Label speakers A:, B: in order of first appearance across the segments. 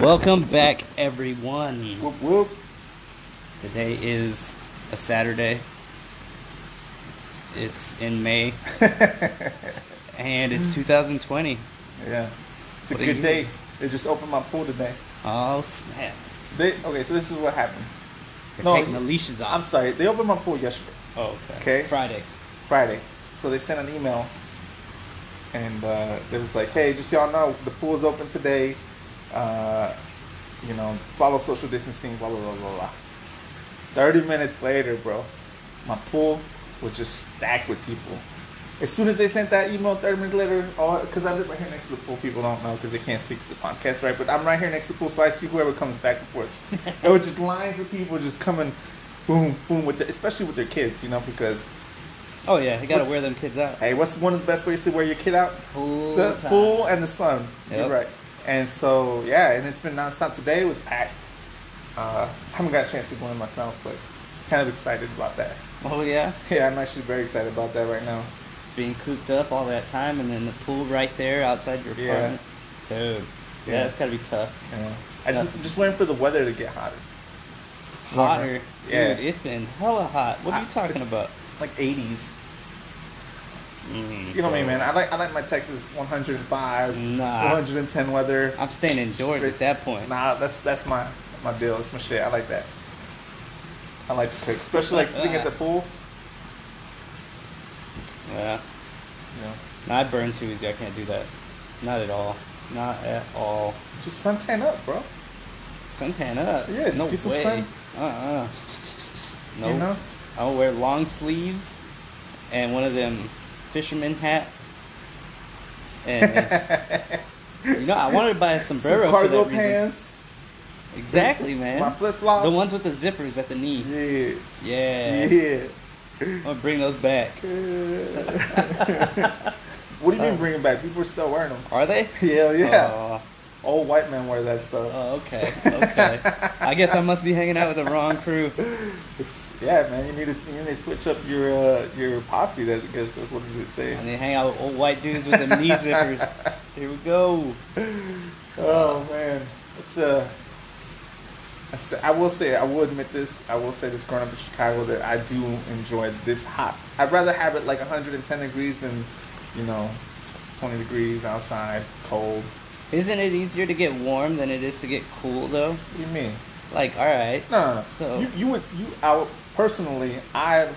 A: Welcome back, everyone.
B: Whoop whoop.
A: Today is a Saturday. It's in May, and it's 2020.
B: yeah. It's a
A: What do
B: good
A: you-
B: day. They just opened my pool today.
A: Oh snap!
B: They okay, so this is what happened.
A: They're
B: No,
A: taking the leashes
B: I'm
A: off.
B: sorry. They opened my pool yesterday,
A: oh,
B: okay.
A: Friday.
B: Friday. So they sent an email and uh, they was like, Hey, just so y'all know, the pool's open today. Uh, you know, follow social distancing, blah blah blah blah blah. Thirty minutes later, bro, my pool was just stacked with people. As soon as they sent that email, 30 minutes later, because I live right here next to the pool, people don't know because they can't see 'cause the podcast, right? But I'm right here next to the pool, so I see whoever comes back and forth. there was just lines of people just coming, boom, boom, with the, especially with their kids, you know, because
A: Oh yeah, you gotta
B: What's-
A: wear them kids out.
B: Hey, what's one of the best ways to wear your kid out?
A: Full
B: the
A: time.
B: pool and the sun.
A: Yep.
B: You're right. And so yeah, and it's been nonstop. Today was packed. Uh, I haven't got a chance to go in myself, but kind of excited about that.
A: Oh yeah,
B: Yeah, I'm actually very excited about that right now.
A: being cooped up all that time, and then the pool right there outside your
B: Yeah.
A: apartment. Dude, yeah,
B: Yeah.
A: that's gotta be tough.
B: You know, I just just waiting for the weather to get hotter.
A: Hotter,
B: Yeah.
A: dude. It's been hella hot. What are you
B: I-
A: talking
B: it's-
A: about?
B: Like 80s.
A: Mm,
B: You know me,
A: bro.
B: man. I like I like my Texas 105,
A: Nah.
B: 110 weather.
A: I'm staying indoors at that point.
B: Nah, that's that's my my deal. That's my shit. I like that. I like to cook, especially like sitting at the pool.
A: Yeah.
B: You know,
A: No, I burn too easy. I can't do that. Not at all. Not at all.
B: just suntan up, bro.
A: Suntan up.
B: Yeah, just
A: no
B: do some
A: way.
B: sun.
A: Uh-uh. No.
B: You know?
A: I'll wear long sleeves and one of them fisherman hat. And you know, I wanted to buy a sombrero
B: Some
A: for
B: cargo
A: that reason.
B: pants.
A: Exactly, man.
B: My flip flops.
A: The ones with the zippers at the knee.
B: Yeah.
A: Yeah.
B: Yeah.
A: I'm gonna bring those back.
B: what do you
A: Oh.
B: mean bringing back? People are still wearing them.
A: Are they?
B: Hell yeah.
A: Oh.
B: Old white men wear that stuff.
A: Oh, okay, okay. I guess I must be hanging out with the wrong crew.
B: It's, yeah, man. You need to you need to switch up your uh, your posse. That I guess that's what you would say.
A: And they hang out with old white dudes with them knee zippers. Here we go.
B: Oh man, it's uh, I s- I will say I will admit this. I will say this. Growing up in Chicago, that I do enjoy this hot. I'd rather have it like 110 degrees than, you know, 20 degrees outside, cold.
A: Isn't it easier to get warm than it is to get cool though?
B: What do you mean?
A: Like, all right.
B: No, no, no.
A: So-
B: you you would you out personally. I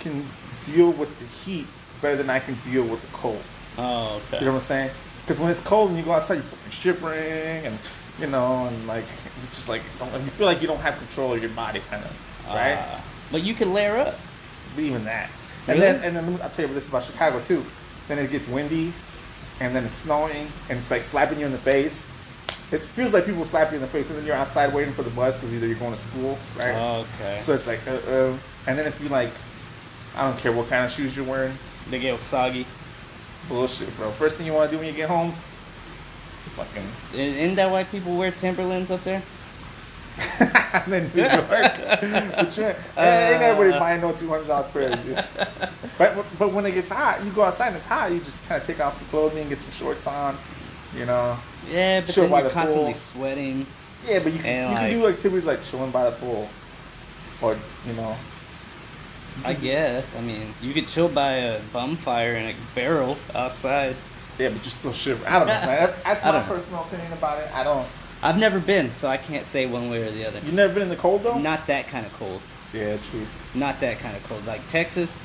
B: can deal with the heat better than I can deal with the cold.
A: Oh,
B: You know
A: okay.
B: what I'm saying? Because when it's cold and you go outside, you're fucking shivering and you know, and like you just like don't, you feel like you don't have control of your body, kind of, right?
A: Uh, but you can layer up.
B: But even that,
A: Really?
B: and then and then let me- I'll tell you this about Chicago too. Then it gets windy, and then it's snowing, and it's like slapping you in the face. It feels like people slap you in the face, and then you're outside waiting for the bus because either you're going to school, right?
A: Oh, okay.
B: So it's like, uh, uh, and then if you like, I don't care what kind of shoes you're wearing,
A: they get soggy.
B: bullshit, bro. First thing you want to do when you get home, fucking
A: I- Isn't that why people wear Timberlands up there?
B: and then New York. but you,
A: Uh,
B: ain't everybody buying no two hundred dollar pairs. dude. But but when it gets hot, you go outside and it's hot. You just kind of take off some clothing, get some shorts on, you know.
A: Yeah, but
B: Sure,
A: then
B: by
A: you're
B: the
A: constantly
B: pool.
A: sweating.
B: Yeah, but you can,
A: And,
B: you
A: like-
B: can do activities like chilling by the pool, or you know.
A: I guess. I mean, you could chill by a bonfire in a barrel outside.
B: Yeah, but you still shiver. I don't know, man. That, that's
A: I
B: my
A: don't know.
B: personal opinion about it. I don't.
A: I've never been, so I can't say one way or the other.
B: You never been in the cold though.
A: Not that kind of cold.
B: Yeah, true.
A: Not that kind of cold. Like Texas,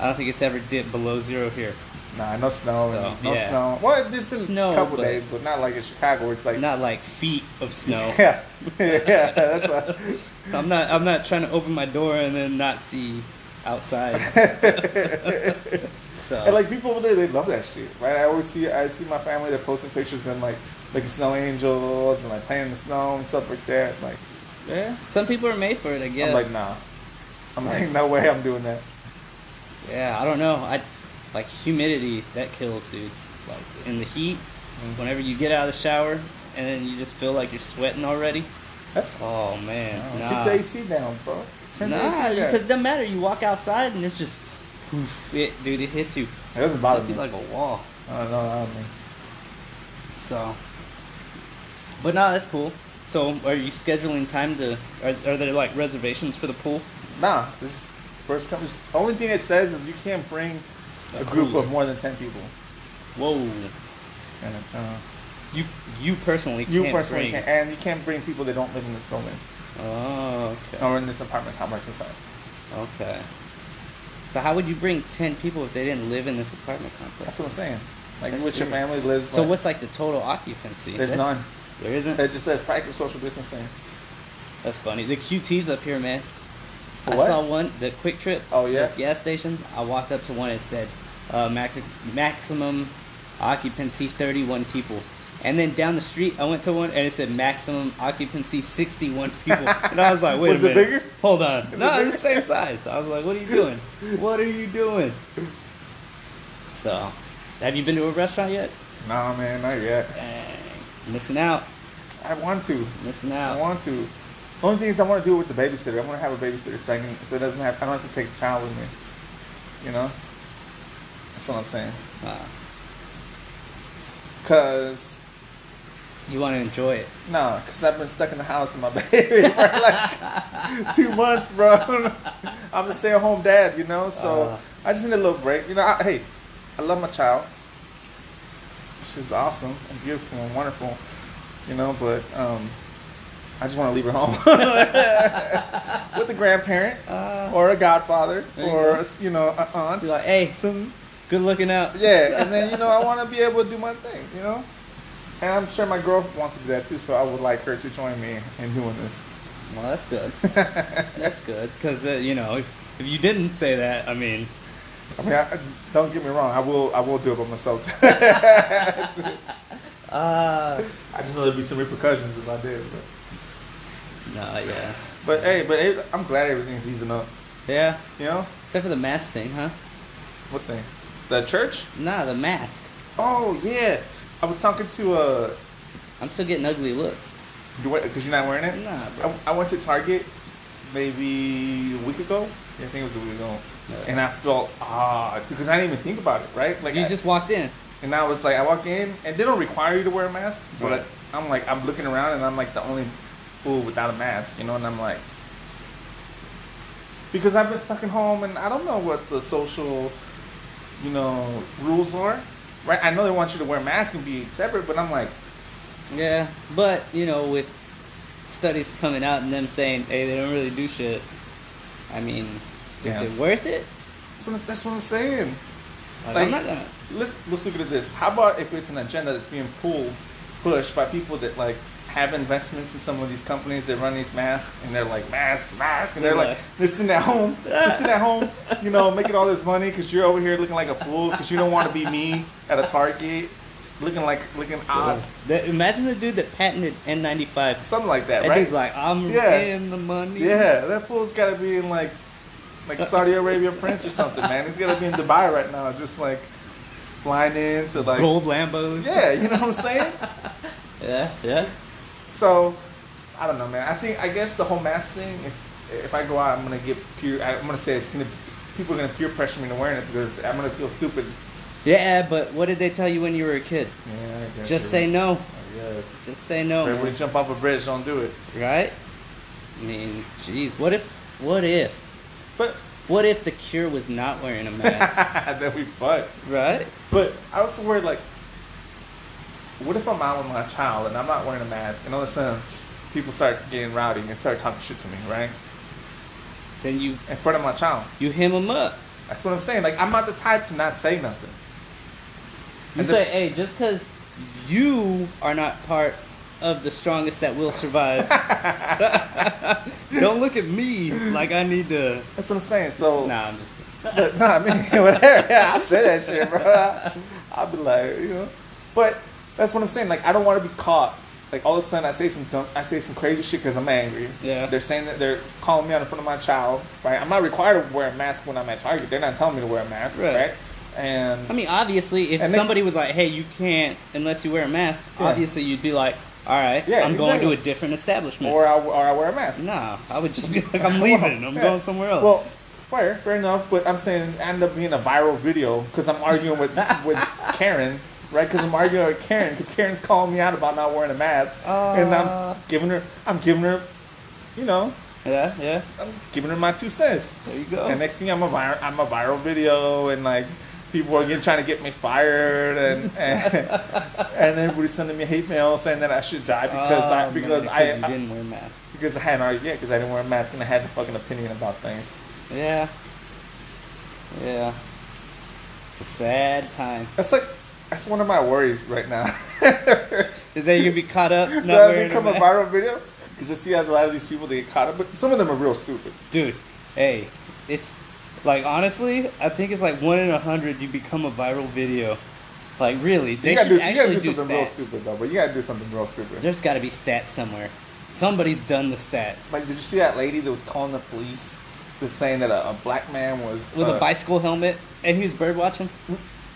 A: I don't think it's ever dipped below zero here.
B: Nah, no snow.
A: So,
B: no
A: yeah.
B: snow. Well, there's been
A: Snow,
B: a couple
A: but-
B: days, but not like in Chicago where it's like.
A: Not like feet of snow.
B: Yeah, yeah, that's a,
A: I'm not. I'm not trying to open my door and then not see outside. so
B: And like people over there, they love that shit, right? I always see I see my family they're posting pictures of them like like snow angels and like playing in the snow and stuff like that. Like
A: yeah, some people are made for it. I guess.
B: I'm like nah, I'm like no way I'm doing that.
A: Yeah, I don't know. I like humidity that kills, dude. Like in the heat, whenever you get out of the shower and then you just feel like you're sweating already.
B: That's
A: Oh man,
B: nah.
A: nah.
B: keep the AC down, bro. Turn
A: Nah,
B: the AC down.
A: because it doesn't matter. You walk outside and it's just, poof, it, dude, it hits you.
B: It doesn't
A: Hits
B: bother
A: you
B: me.
A: like a wall.
B: I don't know. I don't mean.
A: So, But no, that's cool. So, are you scheduling time to? Are, are there like reservations for the pool?
B: Nah, this is first come. The only thing it says is you can't bring a,
A: A
B: group
A: cooler.
B: of more than ten people.
A: Whoa,
B: And, uh,
A: you you personally
B: you
A: can't
B: personally
A: bring-
B: can't, and you can't bring people that don't live in this building
A: Oh, okay.
B: or in this apartment complex. I'm sorry.
A: Okay. So how would you bring ten people if they didn't live in this apartment
B: That's
A: complex?
B: what I'm saying. Like,
A: That's
B: which your
A: weird.
B: family lives.
A: So
B: like,
A: what's like the total occupancy?
B: There's
A: That's-
B: none.
A: There isn't.
B: It just says practice social distancing.
A: That's funny. The QT's up here, man. I
B: What?
A: saw one, the Quick Trips.
B: Oh, yeah?
A: those gas stations. I walked up to one and said, uh, max- maximum occupancy 31 people. And then down the street, I went to one and it said maximum occupancy 61 people. And I was like, wait
B: Was
A: a
B: it
A: minute.
B: bigger?
A: Hold on.
B: Is it
A: no,
B: bigger?
A: it's the same size. I was like, what are you doing? What are you doing? So, have you been to a restaurant yet?
B: Nah, man, not yet.
A: Dang. Missing out.
B: I want to.
A: Missing
B: I
A: out.
B: want to. Only thing is, I want to do it with the babysitter. I want to have a babysitter so I can, so it doesn't have. I don't have to take a child with me. You know. That's what I'm saying.
A: Uh,
B: Cause
A: you want to enjoy it.
B: no, cause I've been stuck in the house with my baby for like two months, bro. I'm a stay-at-home dad, you know. So
A: Uh.
B: I just need a little break. You know, I, hey, I love my child. She's awesome and beautiful and wonderful, you know. But um, I just want to leave her home with a grandparent
A: Uh,
B: or a godfather
A: There you
B: or
A: go.
B: a s you know an aunt.
A: be like, hey, good looking out.
B: Yeah, and then you know I want to be able to do my thing, you know. And I'm sure my girl wants to do that too, so I would like her to join me in doing this.
A: Well, that's good. that's good because uh, you know if, if you didn't say that, I mean,
B: I mean, I, don't get me wrong, I will I will do it by myself. too.
A: uh,
B: I just know there'd be some repercussions if I did. But,
A: no, yeah,
B: but hey, but hey, I'm glad everything's easing up.
A: yeah.
B: You know
A: Except for the mask thing, huh?
B: what thing? The church?
A: Nah, the mask.
B: Oh yeah, I was talking to uh,
A: I'm still getting ugly looks.
B: you because you're not wearing it.
A: Nah, bro.
B: I, I went to Target maybe a week ago. Yeah, I think it was a week ago.
A: Yeah.
B: And I felt ah because I didn't even think about it, right? Like
A: you
B: I-
A: just walked in.
B: and I was like, I walk in and they don't require you to wear a mask, but
A: Right.
B: I'm like, I'm looking around and I'm like the only fool without a mask, you know, and I'm like, because I've been stuck at home and I don't know what the social, you know, rules are, right? I know they want you to wear a mask and be separate, but I'm like,
A: Yeah, but you know with studies coming out and them saying, hey, they don't really do shit. I mean,
B: Yeah.
A: is it worth it?
B: that's what, I'm- that's what I'm saying.
A: Like,
B: Like-
A: I'm not gonna.
B: let's let's look at this. How about if it's an agenda that's being pulled, pushed by people that like have investments in some of these companies that run these masks, and they're like masks, masks, and they're like they're sitting at home, they're sitting at home, you know, making all this money because you're over here looking like a fool because you don't want to be me at a Target, looking like looking
A: uh,
B: odd,
A: That- imagine the dude that patented N95.
B: something like that,
A: That
B: right?
A: dude's like, I'm
B: Yeah.
A: in the money.
B: yeah, that fool's got to be in like like Saudi Arabia prince or something, man. He's got to be in Dubai right now, just like flying into like.
A: gold Lambos.
B: Yeah, you know what I'm saying?
A: yeah, yeah.
B: So, I don't know, man. I think I guess the whole mask thing. If, if I go out, I'm gonna get peer. I'm gonna say it's gonna. People are gonna peer pressure me into wearing it because I'm gonna feel stupid.
A: Yeah, but what did they tell you when you were a kid?
B: Yeah, I guess
A: Just say no.
B: Yes.
A: Just say no.
B: Everybody
A: man.
B: jump off a bridge, don't do it.
A: Right? I mean, jeez, what if, what if,
B: But
A: what if the cure was not wearing a mask?
B: that'd be fun.
A: right?
B: But I also worry like, what if I'm out with my child and I'm not wearing a mask, and all of a sudden people start getting rowdy and start talking shit to me, right,
A: Then you
B: in front of my child.
A: you hem them up.
B: That's what I'm saying. Like I'm not the type to not say nothing.
A: You
B: And
A: say,
B: the-
A: hey, just because you are not part of the strongest that will survive, don't look at me like I need to.
B: That's what I'm saying. So
A: Nah, I'm just.
B: But no, I mean whatever. Yeah, I say that shit, bro. I, I'll be like, you know. But that's what I'm saying. Like, I don't want to be caught. Like all of a sudden, I say some dumb, I say some crazy shit because I'm angry.
A: Yeah.
B: They're saying that they're calling me out in front of my child. Right. I'm not required to wear a mask when I'm at Target. They're not telling me to wear a mask.
A: Right.
B: Right. And
A: I mean, obviously, if
B: And next-
A: somebody was like, "Hey, you can't unless you wear a mask,"
B: Yeah.
A: obviously you'd be like, "All right,
B: Yeah,
A: I'm going to
B: exactly.
A: a different establishment."
B: or I or I wear a mask.
A: nah, I would just be like, "I'm leaving. I'm
B: yeah.
A: going somewhere else."
B: Well, fair, fair enough. But I'm saying I end up being a viral video because I'm arguing with with Karen right? Because I'm arguing with Karen because Karen's calling me out about not wearing a mask, and
A: Uh.
B: I'm giving her, I'm giving her, you know,
A: Yeah, yeah.
B: I'm giving her my two cents.
A: There you go.
B: And next thing I'm a viral, I'm a viral video, and like people are getting, trying to get me fired, and and, and everybody's sending me hate mail saying that I should die because
A: Oh,
B: I
A: man,
B: because
A: you
B: I, I
A: didn't wear a mask.
B: because I had an argu- yeah because I didn't wear a mask and I had a fucking opinion about things.
A: Yeah. Yeah. It's a sad time.
B: That's like that's one of my worries right now.
A: Is that you gonna be caught up not
B: That I
A: wearing a
B: become a
A: mask?
B: viral video because I see a lot of these people they get caught up, but some of them are real stupid.
A: Dude, hey, it's like honestly, I think it's like one in a hundred you become a viral video. Like really, they
B: you
A: should
B: gotta do, you gotta
A: actually
B: do
A: do,
B: something
A: stats.
B: real stupid though, but you gotta do something real stupid.
A: There's got to be stats somewhere. Somebody's done the stats
B: Like, did you see that lady that was calling the police, that's saying that a, a black man was
A: with
B: uh,
A: a bicycle helmet, and he was bird watching.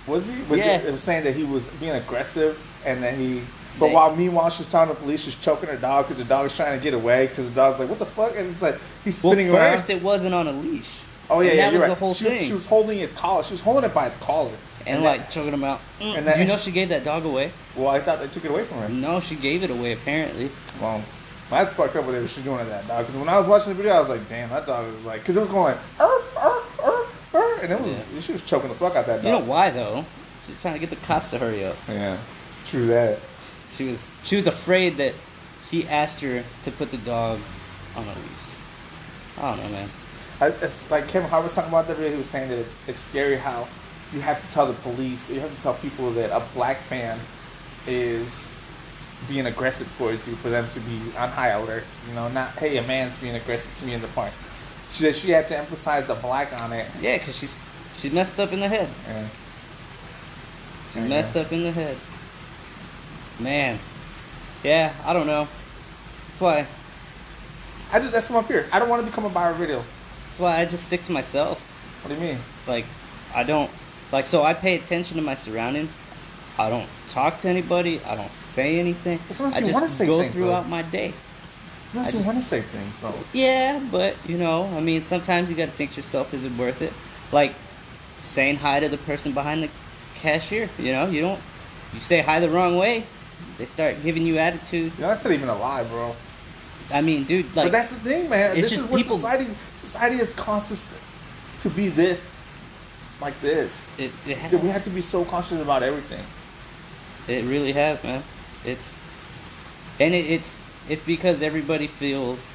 B: Was he? But
A: Yeah.
B: It was saying that he was being aggressive and that he. But
A: They-
B: while meanwhile she's talking to the police, she's choking her dog because the dog's trying to get away because the dog's like, "What the fuck?" And it's like he's
A: Well,
B: spinning
A: first
B: around.
A: it wasn't on a leash.
B: Oh yeah,
A: and
B: yeah,
A: that
B: you're
A: was
B: right.
A: the whole
B: she,
A: thing.
B: she was holding its collar. She was holding it by its collar.
A: and,
B: that-
A: like choking him out. Mm,
B: and that-
A: you know she gave that dog away.
B: well, I thought they took it away from her.
A: No, she gave it away apparently.
B: Well, that's fucked up with it. She's doing to that dog because when I was watching the video, I was like, "Damn, that dog was like," because it was going "Er, like, "Erp, erp, erp, erp," er," and it was she was choking the fuck out that dog.
A: You know why though? She's trying to get the cops to hurry up.
B: yeah, true that.
A: She was she was afraid that he asked her to put the dog on a leash. I don't know, man.
B: I, it's like Kevin Hart was talking about that video. He was saying that it's, it's scary how you have to tell the police, you have to tell people that a black man is being aggressive towards you for them to be on high alert. You know, not hey, a man's being aggressive to me in the park. She that she had to emphasize the black on it.
A: Yeah, 'cause she's she messed up in the head.
B: And
A: She
B: I
A: messed up in the head. Man. Yeah, I don't know. That's why
B: I just that's my fear. I don't want to become a viral video.
A: that's why I just stick to myself.
B: What do you mean?
A: like i don't like so i pay attention to my surroundings i don't talk to anybody i don't say anything
B: But sometimes
A: i
B: you
A: just
B: wanna say
A: go
B: things, though.
A: throughout my day
B: You
A: I
B: just,
A: just-
B: want to say things though.
A: yeah but you know i mean sometimes you gotta think to yourself is it worth it like saying hi to the person behind the cashier you know you don't you say hi the wrong way they start giving you attitude
B: You know, that's not even a lie, bro.
A: i mean dude like
B: but that's the thing, man.
A: it's
B: This
A: just
B: is what
A: people-
B: society society has caused us to be this, like this.
A: it, it
B: That we
A: has
B: have to be so conscious about everything.
A: It really has, man. It's and it, it's it's because everybody feels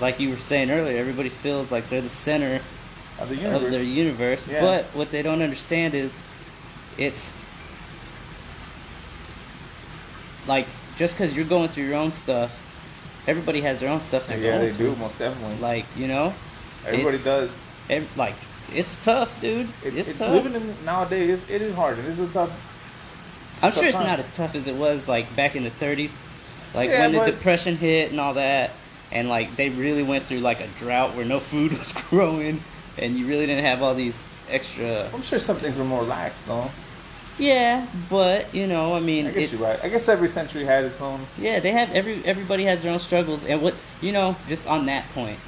A: like you were saying earlier. Everybody feels like they're the center
B: Of the
A: of
B: universe.
A: their universe.
B: Yeah.
A: But what they don't understand is, it's like just because you're going through your own stuff, everybody has their own stuff they're
B: yeah,
A: going
B: they
A: through.
B: do most definitely.
A: Like you know,
B: Everybody
A: it's-
B: does.
A: ev- like it's tough, dude.
B: It,
A: it's
B: it's
A: tough.
B: living in nowadays. It is hard. It is a tough.
A: I'm sure it's
B: Sometimes.
A: not as tough as it was like back in the 30s, like
B: Yeah,
A: when the
B: but-
A: depression hit and all that, and like they really went through like a drought where no food was growing, and you really didn't have all these extra.
B: I'm sure some things were more lax, though.
A: Yeah, but you know, I mean,
B: I guess
A: it's
B: you're right. I guess every century had its own.
A: yeah, they have every everybody has their own struggles, and what you know, just on that point,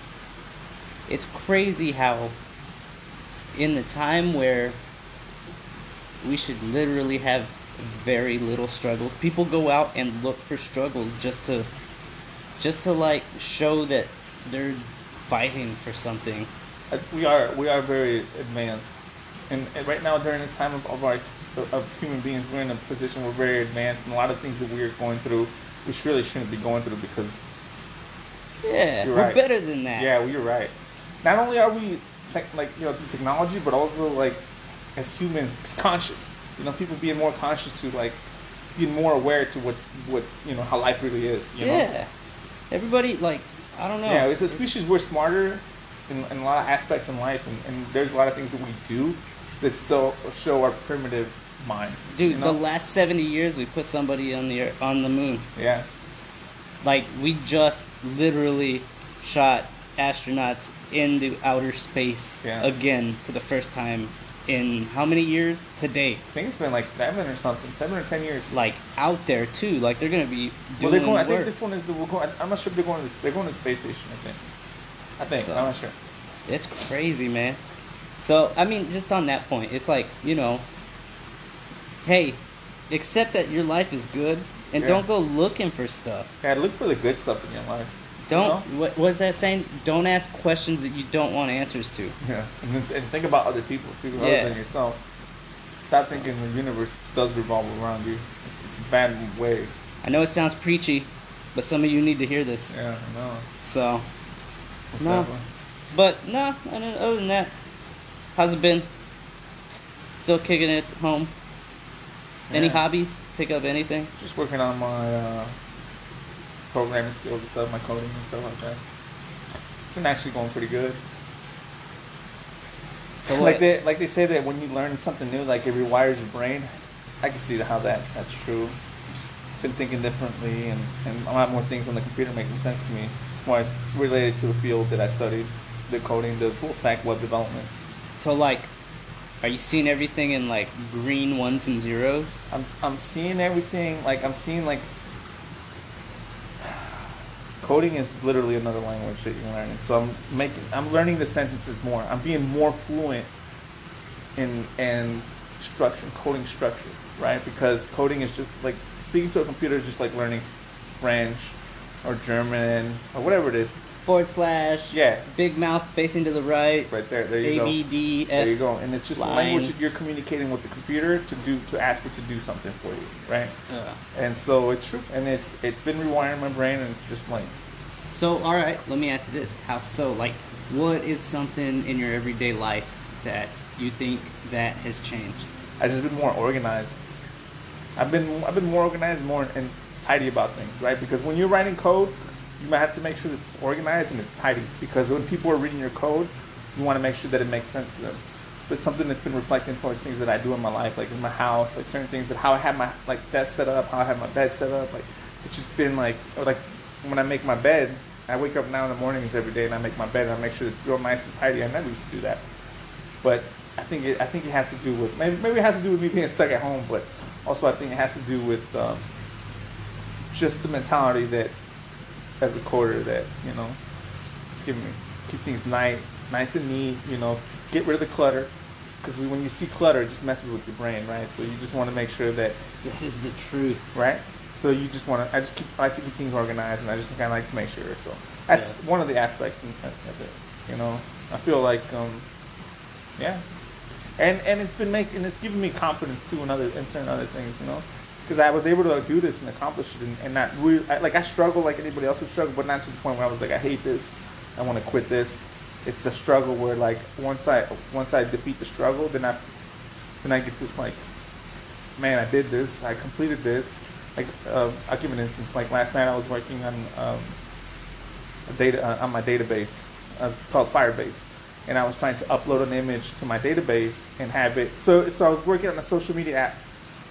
A: it's crazy how in the time where we should literally have very little struggles. People go out and look for struggles just to just to like show that they're fighting for something.
B: I- Uh, We are we are very advanced, and, and right now during this time of, of our of human beings, we're in a position we're very advanced, and a lot of things that we're going through, we really shouldn't be going through because
A: Yeah,
B: You're
A: we're
B: right.
A: better than that.
B: Yeah, well, you're right. Not only are we tech, like you know through technology, but also like as humans, it's conscious. You know, people being more conscious to like being more aware to what's what's you know how life really is. You know?
A: yeah. Everybody like I don't know.
B: Yeah, as a species, we're smarter in, in a lot of aspects in life, and, and there's a lot of things that we do that still show our primitive minds.
A: Dude,
B: you know?
A: the last 70 years we put somebody on the ear- on the moon.
B: yeah,
A: Like we just literally shot astronauts into outer space
B: Yeah.
A: again for the first time in how many years? Today.
B: I think it's been like seven or something, seven or ten years.
A: Like out there too. Like they're going to be
B: Well,
A: doing
B: they're going.
A: work.
B: I think this one is the. We're going, I'm not sure if they're going to. the- They're going to the space station. I think. I think.
A: So-
B: I'm not sure.
A: It's crazy, man. So, I mean, just on that point, it's like, you know, hey, accept that your life is good and
B: Yeah.
A: don't go looking for stuff.
B: Yeah, look for the good stuff in your life. you
A: Don't
B: know?
A: what was that saying? Don't ask questions that you don't want answers to.
B: Yeah, and, then, and think about other people too,
A: Yeah.
B: other than yourself. Stop thinking the universe does revolve around you. It's, it's a bad way.
A: I know it sounds preachy, but some of you need to hear this.
B: Yeah, I know.
A: So,
B: What's
A: No.
B: that one?
A: but no, and then other than that, how's it been? Still kicking it at home. Any
B: Yeah.
A: hobbies? Pick up anything?
B: Just working on my uh, programming skills and stuff, my coding and stuff like that. Been actually going pretty good.
A: So
B: Like
A: what-
B: they like they say that when you learn something new, like it rewires your brain. I can see how that that's true. Just been thinking differently, and and a lot more things on the computer making sense to me. It's more related to the field that I studied, the coding, the full stack web development.
A: So like, are you seeing everything in like green ones and zeros?
B: I'm I'm seeing everything like I'm seeing like coding is literally another language that you're learning. So I'm making I'm learning the sentences more. I'm being more fluent in in structure coding structure, right? Because coding is just like speaking to a computer is just like learning French or German or whatever it is.
A: Forward slash.
B: Yeah.
A: Big mouth facing to the right.
B: Right there, there you
A: A
B: go.
A: B D
B: There you
A: F.
B: go. And it's just
A: line.
B: language that you're communicating with the computer to do to ask it to do something for you, right?
A: Uh,
B: And so it's true, and it's it's been rewiring my brain, and it's just like
A: So all right, let me ask you this: How so? Like, what is something in your everyday life that you think that has changed?
B: I just been more organized. I've been I've been more organized, more and tidy about things, right? Because when you're writing code, you might have to make sure it's organized and it's tidy. Because when people are reading your code, you want to make sure that it makes sense to them. So it's something that's been reflecting towards things that I do in my life, like in my house, like certain things that how I have my like desk set up, how I have my bed set up, like it's just been like or like when I make my bed, I wake up now in the mornings every day and I make my bed and I make sure it's real nice and tidy. I never used to do that but I think it, I think it has to do with maybe, maybe it has to do with me being stuck at home, but also I think it has to do with um, just the mentality that as a quarter that you know, it's giving me keep things nice, nice and neat. You know, get rid of the clutter because when you see clutter, it just messes with your brain, right? So you just want to make sure that
A: That is the truth.
B: right? So you just want to. I just keep. I like to keep things organized, and I just kind of like to make sure. So that's
A: Yeah.
B: one of the aspects in- of it. You know, I feel like, um, yeah, and and it's been making. It's giving me confidence too in other in certain other things. You know, because I was able to do this and accomplish it, and, and not really, I, like I struggle like anybody else would struggle, but not to the point where I was like, I hate this, I want to quit this. It's a struggle where like once I once I defeat the struggle, then I then I get this like man, I did this, I completed this. Like, uh, I'll give an instance. Like last night, I was working on um, a data uh, on my database. Uh, it's called Firebase, and I was trying to upload an image to my database and have it. So, so I was working on a social media app,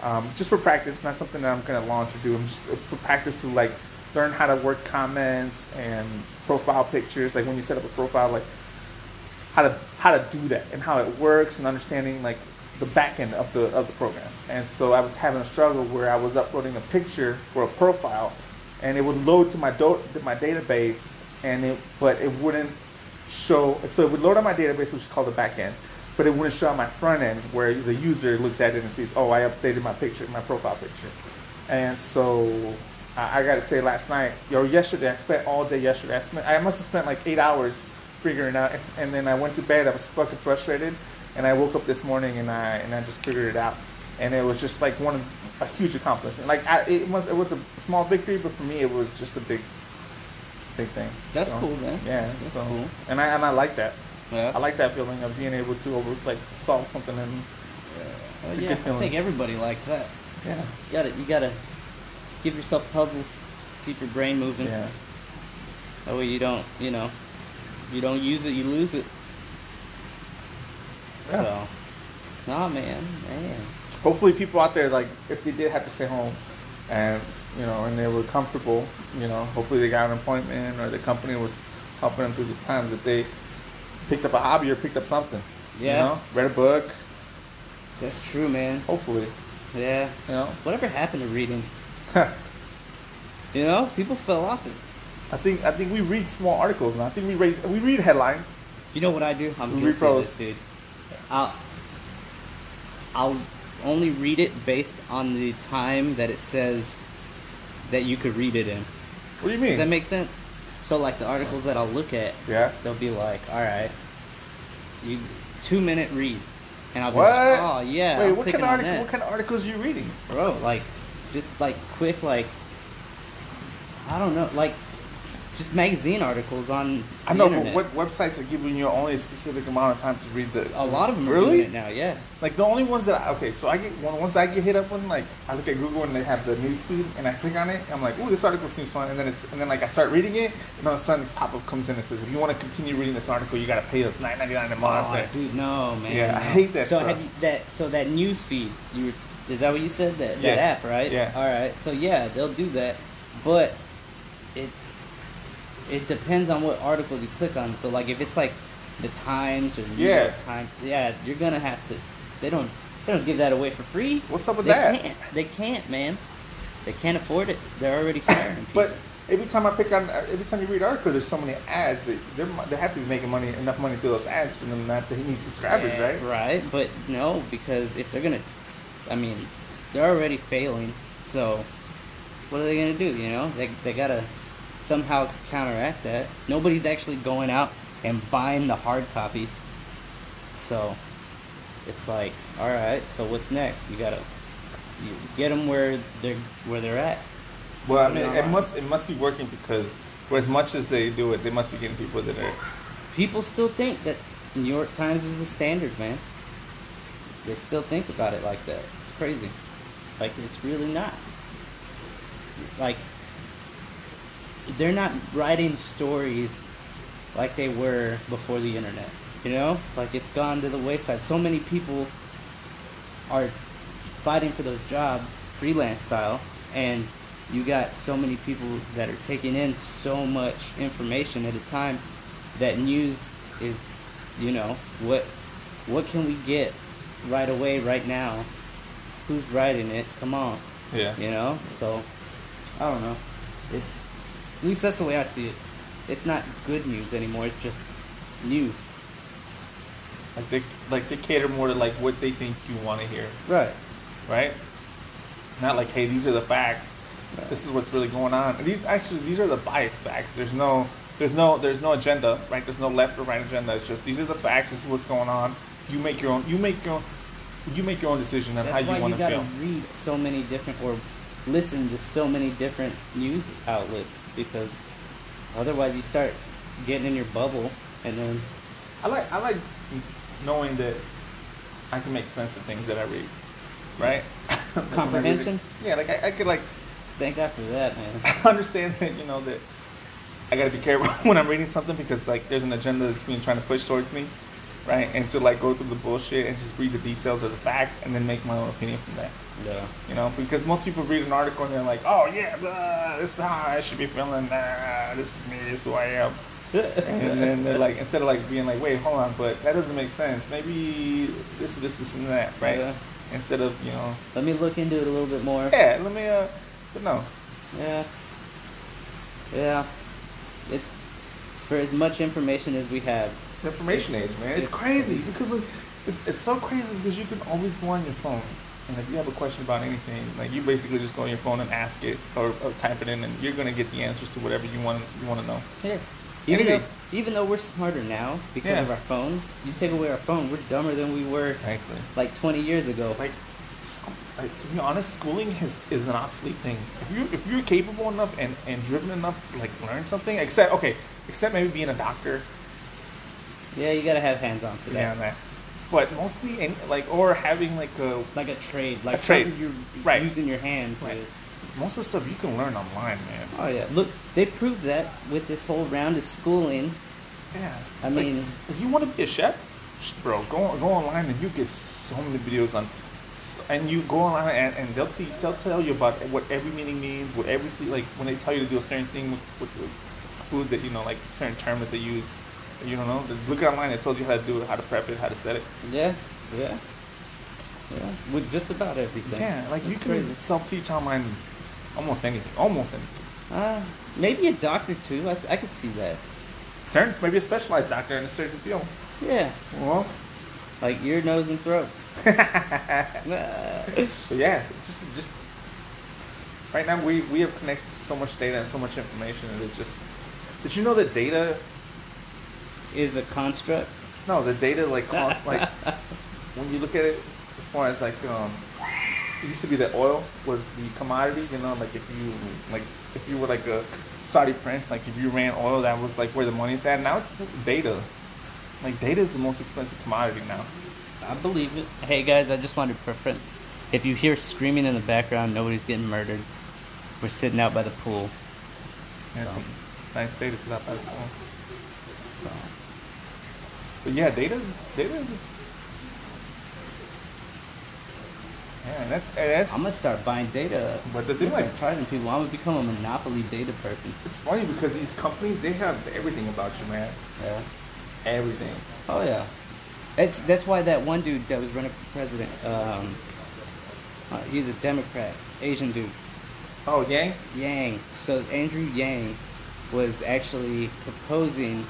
B: um, just for practice. Not something that I'm gonna launch or do. I'm just uh, for practice to like learn how to work comments and profile pictures. Like when you set up a profile, like how to how to do that and how it works and understanding like the back end of the of the program. And so I was having a struggle where I was uploading a picture or a profile, and it would load to my do- to my database, and it but it wouldn't show. So it would load on my database, which is called the back end, but it wouldn't show on my front end where the user looks at it and sees, oh, I updated my picture, my profile picture. And so I, I got to say, last night or yesterday, I spent all day yesterday. I spent I must have spent like eight hours figuring out, and then I went to bed. I was fucking frustrated, and I woke up this morning and I and I just figured it out, and it was just like one of a huge accomplishment. Like I, it was it was a small victory, but for me it was just a big, big thing.
A: That's
B: So,
A: cool, man.
B: Yeah,
A: That's
B: so,
A: cool.
B: and I and I like that.
A: Yeah.
B: I like that feeling of being able to over like solve something and
A: Uh,
B: it's a
A: yeah,
B: good
A: I
B: feeling.
A: think everybody likes that.
B: yeah,
A: You gotta, you gotta give yourself puzzles, keep your brain moving.
B: yeah.
A: That way you don't, you know, you don't use it, you lose it.
B: Yeah.
A: So, nah, man, man.
B: hopefully people out there like if they did have to stay home and you know and they were comfortable you know hopefully they got an appointment or the company was helping them through these times that they picked up a hobby or picked up something
A: Yeah.
B: you know read a book
A: That's true, man.
B: hopefully
A: Yeah.
B: you know
A: Whatever happened to reading? You know, people fell off it.
B: i think i think we read small articles and i think we read we read headlines
A: You know what I do? I'm
B: Who
A: guilty of
B: repros?
A: this, dude. I'll, I'll only read it based on the time that it says that you could read it in.
B: What do you
A: Does that
B: mean?
A: make sense? So like the articles that I'll look at,
B: yeah.
A: they'll be like, "All right, you two minute read," and I'll be
B: What?
A: like, "Oh yeah,
B: Wait,
A: I'm
B: what
A: clicking
B: kind, of
A: on
B: article,
A: that,
B: what kind of articles are you reading?
A: bro." Like, just like quick, like I don't know, like just magazine articles on
B: I
A: the
B: know,
A: internet.
B: but what websites are giving you only a specific amount of time to read the?
A: a lot of them are
B: really.
A: doing it now. Yeah,
B: Like the only ones that I, okay, so I get one once I get hit up on like I look at Google and they have the news feed and I click on it and I'm like, ooh, this article seems fun, and then it's and then like I start reading it and all of a sudden this pop up comes in and says, if you want to continue reading this article, you gotta pay us nine ninety nine a month.
A: Oh, dude, no, man.
B: Yeah, I
A: no.
B: hate that
A: So
B: stuff.
A: have you that? So that news feed, you were, is that what you said? That
B: Yeah.
A: that app, right?
B: Yeah.
A: All right. So yeah, they'll do that, but it it depends on what articles you click on. So like, if it's like the Times or New
B: Yeah.
A: York Times, yeah, you're gonna have to. They don't they don't give that away for free.
B: What's up with
A: they
B: that?
A: Can't, they can't, man. They can't afford it. They're already firing people.
B: But every time I pick on, every time you read articles, there's so many ads. That they're, mo- they have to be making money, enough money through those ads for them not to hit any subscribers,
A: Yeah,
B: right?
A: Right, but no, because if they're gonna, I mean, they're already failing. So, what are they gonna do? You know, they they gotta somehow counteract that. Nobody's actually going out and buying the hard copies. So, it's like, all right. So what's next? You gotta you get them where they're where they're at.
B: Well, I mean,
A: Yeah.
B: it must it must be working because for as much as they do it, they must be getting people that are.
A: People still think that New York Times is the standard, man. They still think about it like that. It's crazy. Like it's really not. Like they're not writing stories like they were before the internet. You know? Like it's gone to the wayside. So many people are fighting for those jobs freelance style and you got so many people that are taking in so much information at a time that news is you know what what can we get right away right now who's writing it come on
B: Yeah.
A: you know so i don't know it's at least that's the way i see it it's not good news anymore it's just news
B: Like they like they cater more to like what they think you want to hear,
A: right
B: right? Not like hey, these are the facts.
A: Right.
B: This is what's really going on. And these actually these are the biased facts. There's no there's no there's no agenda, right? There's no left or right agenda. It's just these are the facts. This is what's going on. You make your own. You make your own. You make your own decision on
A: That's
B: how
A: why
B: you
A: you,
B: want to
A: gotta
B: feel.
A: read so many different or listen to so many different news outlets because otherwise you start getting in your bubble and then
B: I like I like knowing that I can make sense of things that I read, right? Like when I read it-
A: Comprehension?
B: Yeah, like I, I could like
A: thank God for that man.
B: understand that you know that I gotta be careful when I'm reading something because like there's an agenda that's being trying to push towards me, right? And to like go through the bullshit and just read the details or the facts and then make my own opinion from that,
A: Yeah.
B: you know? Because most people read an article and they're like, oh yeah, blah, this is how I should be feeling. Blah, this is me. This is who I am. and then they're like instead of like being like wait hold on but that doesn't make sense maybe this this this and that right
A: Yeah.
B: instead of you know
A: Let me look into it a little bit more.
B: yeah let me uh but no
A: Yeah. Yeah. It's for as much information as we have.
B: the information age man it's,
A: It's
B: crazy
A: crazy.
B: because like it's, it's so crazy because you can always go on your phone and if you have a question about anything like you basically just go on your phone and ask it or, or type it in and you're gonna get the answers to whatever you want you want to know
A: Yeah. Even though,
B: Anything.
A: even though we're smarter now because
B: Yeah.
A: of our phones, you take away our phone, we're dumber than we were
B: exactly
A: like 20 years ago.
B: like, school, like to be honest, schooling is, is an obsolete thing. If you if you're capable enough and, and driven enough to like learn something, except okay, except maybe being a doctor,
A: Yeah, you gotta have hands on for that.
B: yeah, that. But mostly, in, like or having like a
A: like a trade, like
B: trade,
A: something you're
B: right.
A: using your hands.
B: Right.
A: With.
B: most of the stuff you can learn online, man.
A: Oh yeah, look, they proved that with this whole round of schooling.
B: Yeah,
A: I
B: Like,
A: mean-
B: if you want to be a chef, sh- bro, go on- go online and you get so many videos on. s- And you go online and, and they'll, see, they'll tell you about what every meaning means, what everything like when they tell you to do a certain thing with, with, with food that you know, like certain term that they use. You don't know. Just look online. It tells you how to do it, how to prep it, how to set it.
A: Yeah, yeah, yeah. With just about everything.
B: Yeah, like you
A: That's
B: can
A: crazy.
B: self-teach online, almost anything, almost anything.
A: Uh, maybe a doctor too. I I could see that.
B: Certain, maybe a specialized doctor in a certain field.
A: Yeah,
B: Well,
A: like ear, nose, and throat. Uh,
B: But yeah, just just right now we we have connected to so much data and so much information, and it's just. Did you know the data?
A: is a construct.
B: No, the data like costs like when you look at it as far as like um, it used to be that oil was the commodity. You know, like if you like if you were like a Saudi prince, like if you ran oil, that was like where the money's at. Now it's data. Like data is the most expensive commodity now.
A: I believe it. Hey guys, I just wanted preference. If you hear screaming in the background, nobody's getting murdered. We're sitting out by the pool.
B: And it's
A: Um,
B: a nice data set up.
A: So
B: But yeah, data's data is. Yeah, and that's and that's.
A: I'm gonna start buying data.
B: But the
A: I'm
B: thing,
A: gonna
B: like-
A: start charging people. I'm gonna become a monopoly data person.
B: It's funny because these companies they have everything about you, man.
A: Yeah.
B: Everything.
A: Oh yeah. That's that's why that one dude that was running for president. Um, uh, he's a Democrat, Asian dude,
B: Oh, Yang.
A: Yang. So Andrew Yang was actually proposing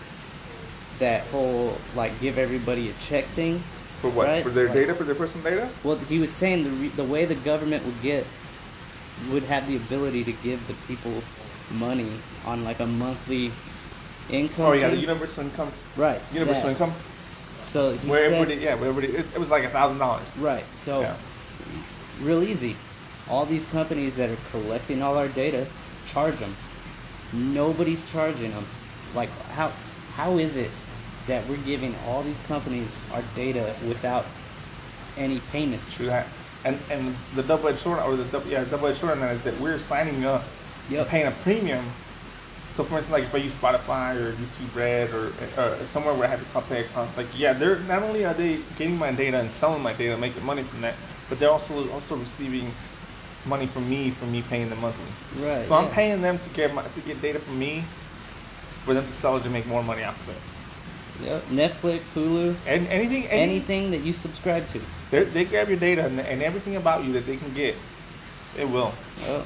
A: that whole like give everybody a check thing.
B: For what?
A: Right,
B: For their
A: right.
B: data? For their personal data?
A: Well, he was saying the re- the way the government would get would have the ability to give the people money on like a monthly income.
B: Oh yeah, the
A: thing.
B: universal income.
A: right.
B: Universal
A: that.
B: income.
A: So he
B: Where
A: said,
B: everybody? Yeah, where everybody? It, it was like a thousand dollars.
A: right. So
B: Yeah.
A: real easy. All these companies that are collecting all our data, charge them. Nobody's charging them. Like how how is it that we're giving all these companies our data without any payment?
B: True that. And and the double edged sword, or the double yeah double edged sword on that is that we're signing up,
A: Yep.
B: and paying a premium. So for instance, like if I use Spotify or YouTube Red or, or somewhere where I have to pay a account, like yeah, they're not only are they getting my data and selling my data, making money from that, but they're also also receiving money from me for me paying them monthly.
A: Right.
B: So I'm
A: yeah.
B: paying them to get my, to get data from me, for them to sell it to make more money off of it.
A: Yep. Netflix, Hulu,
B: And anything, any,
A: anything that you subscribe to.
B: they they grab your data and, and everything about you that they can get, it will.
A: Oh,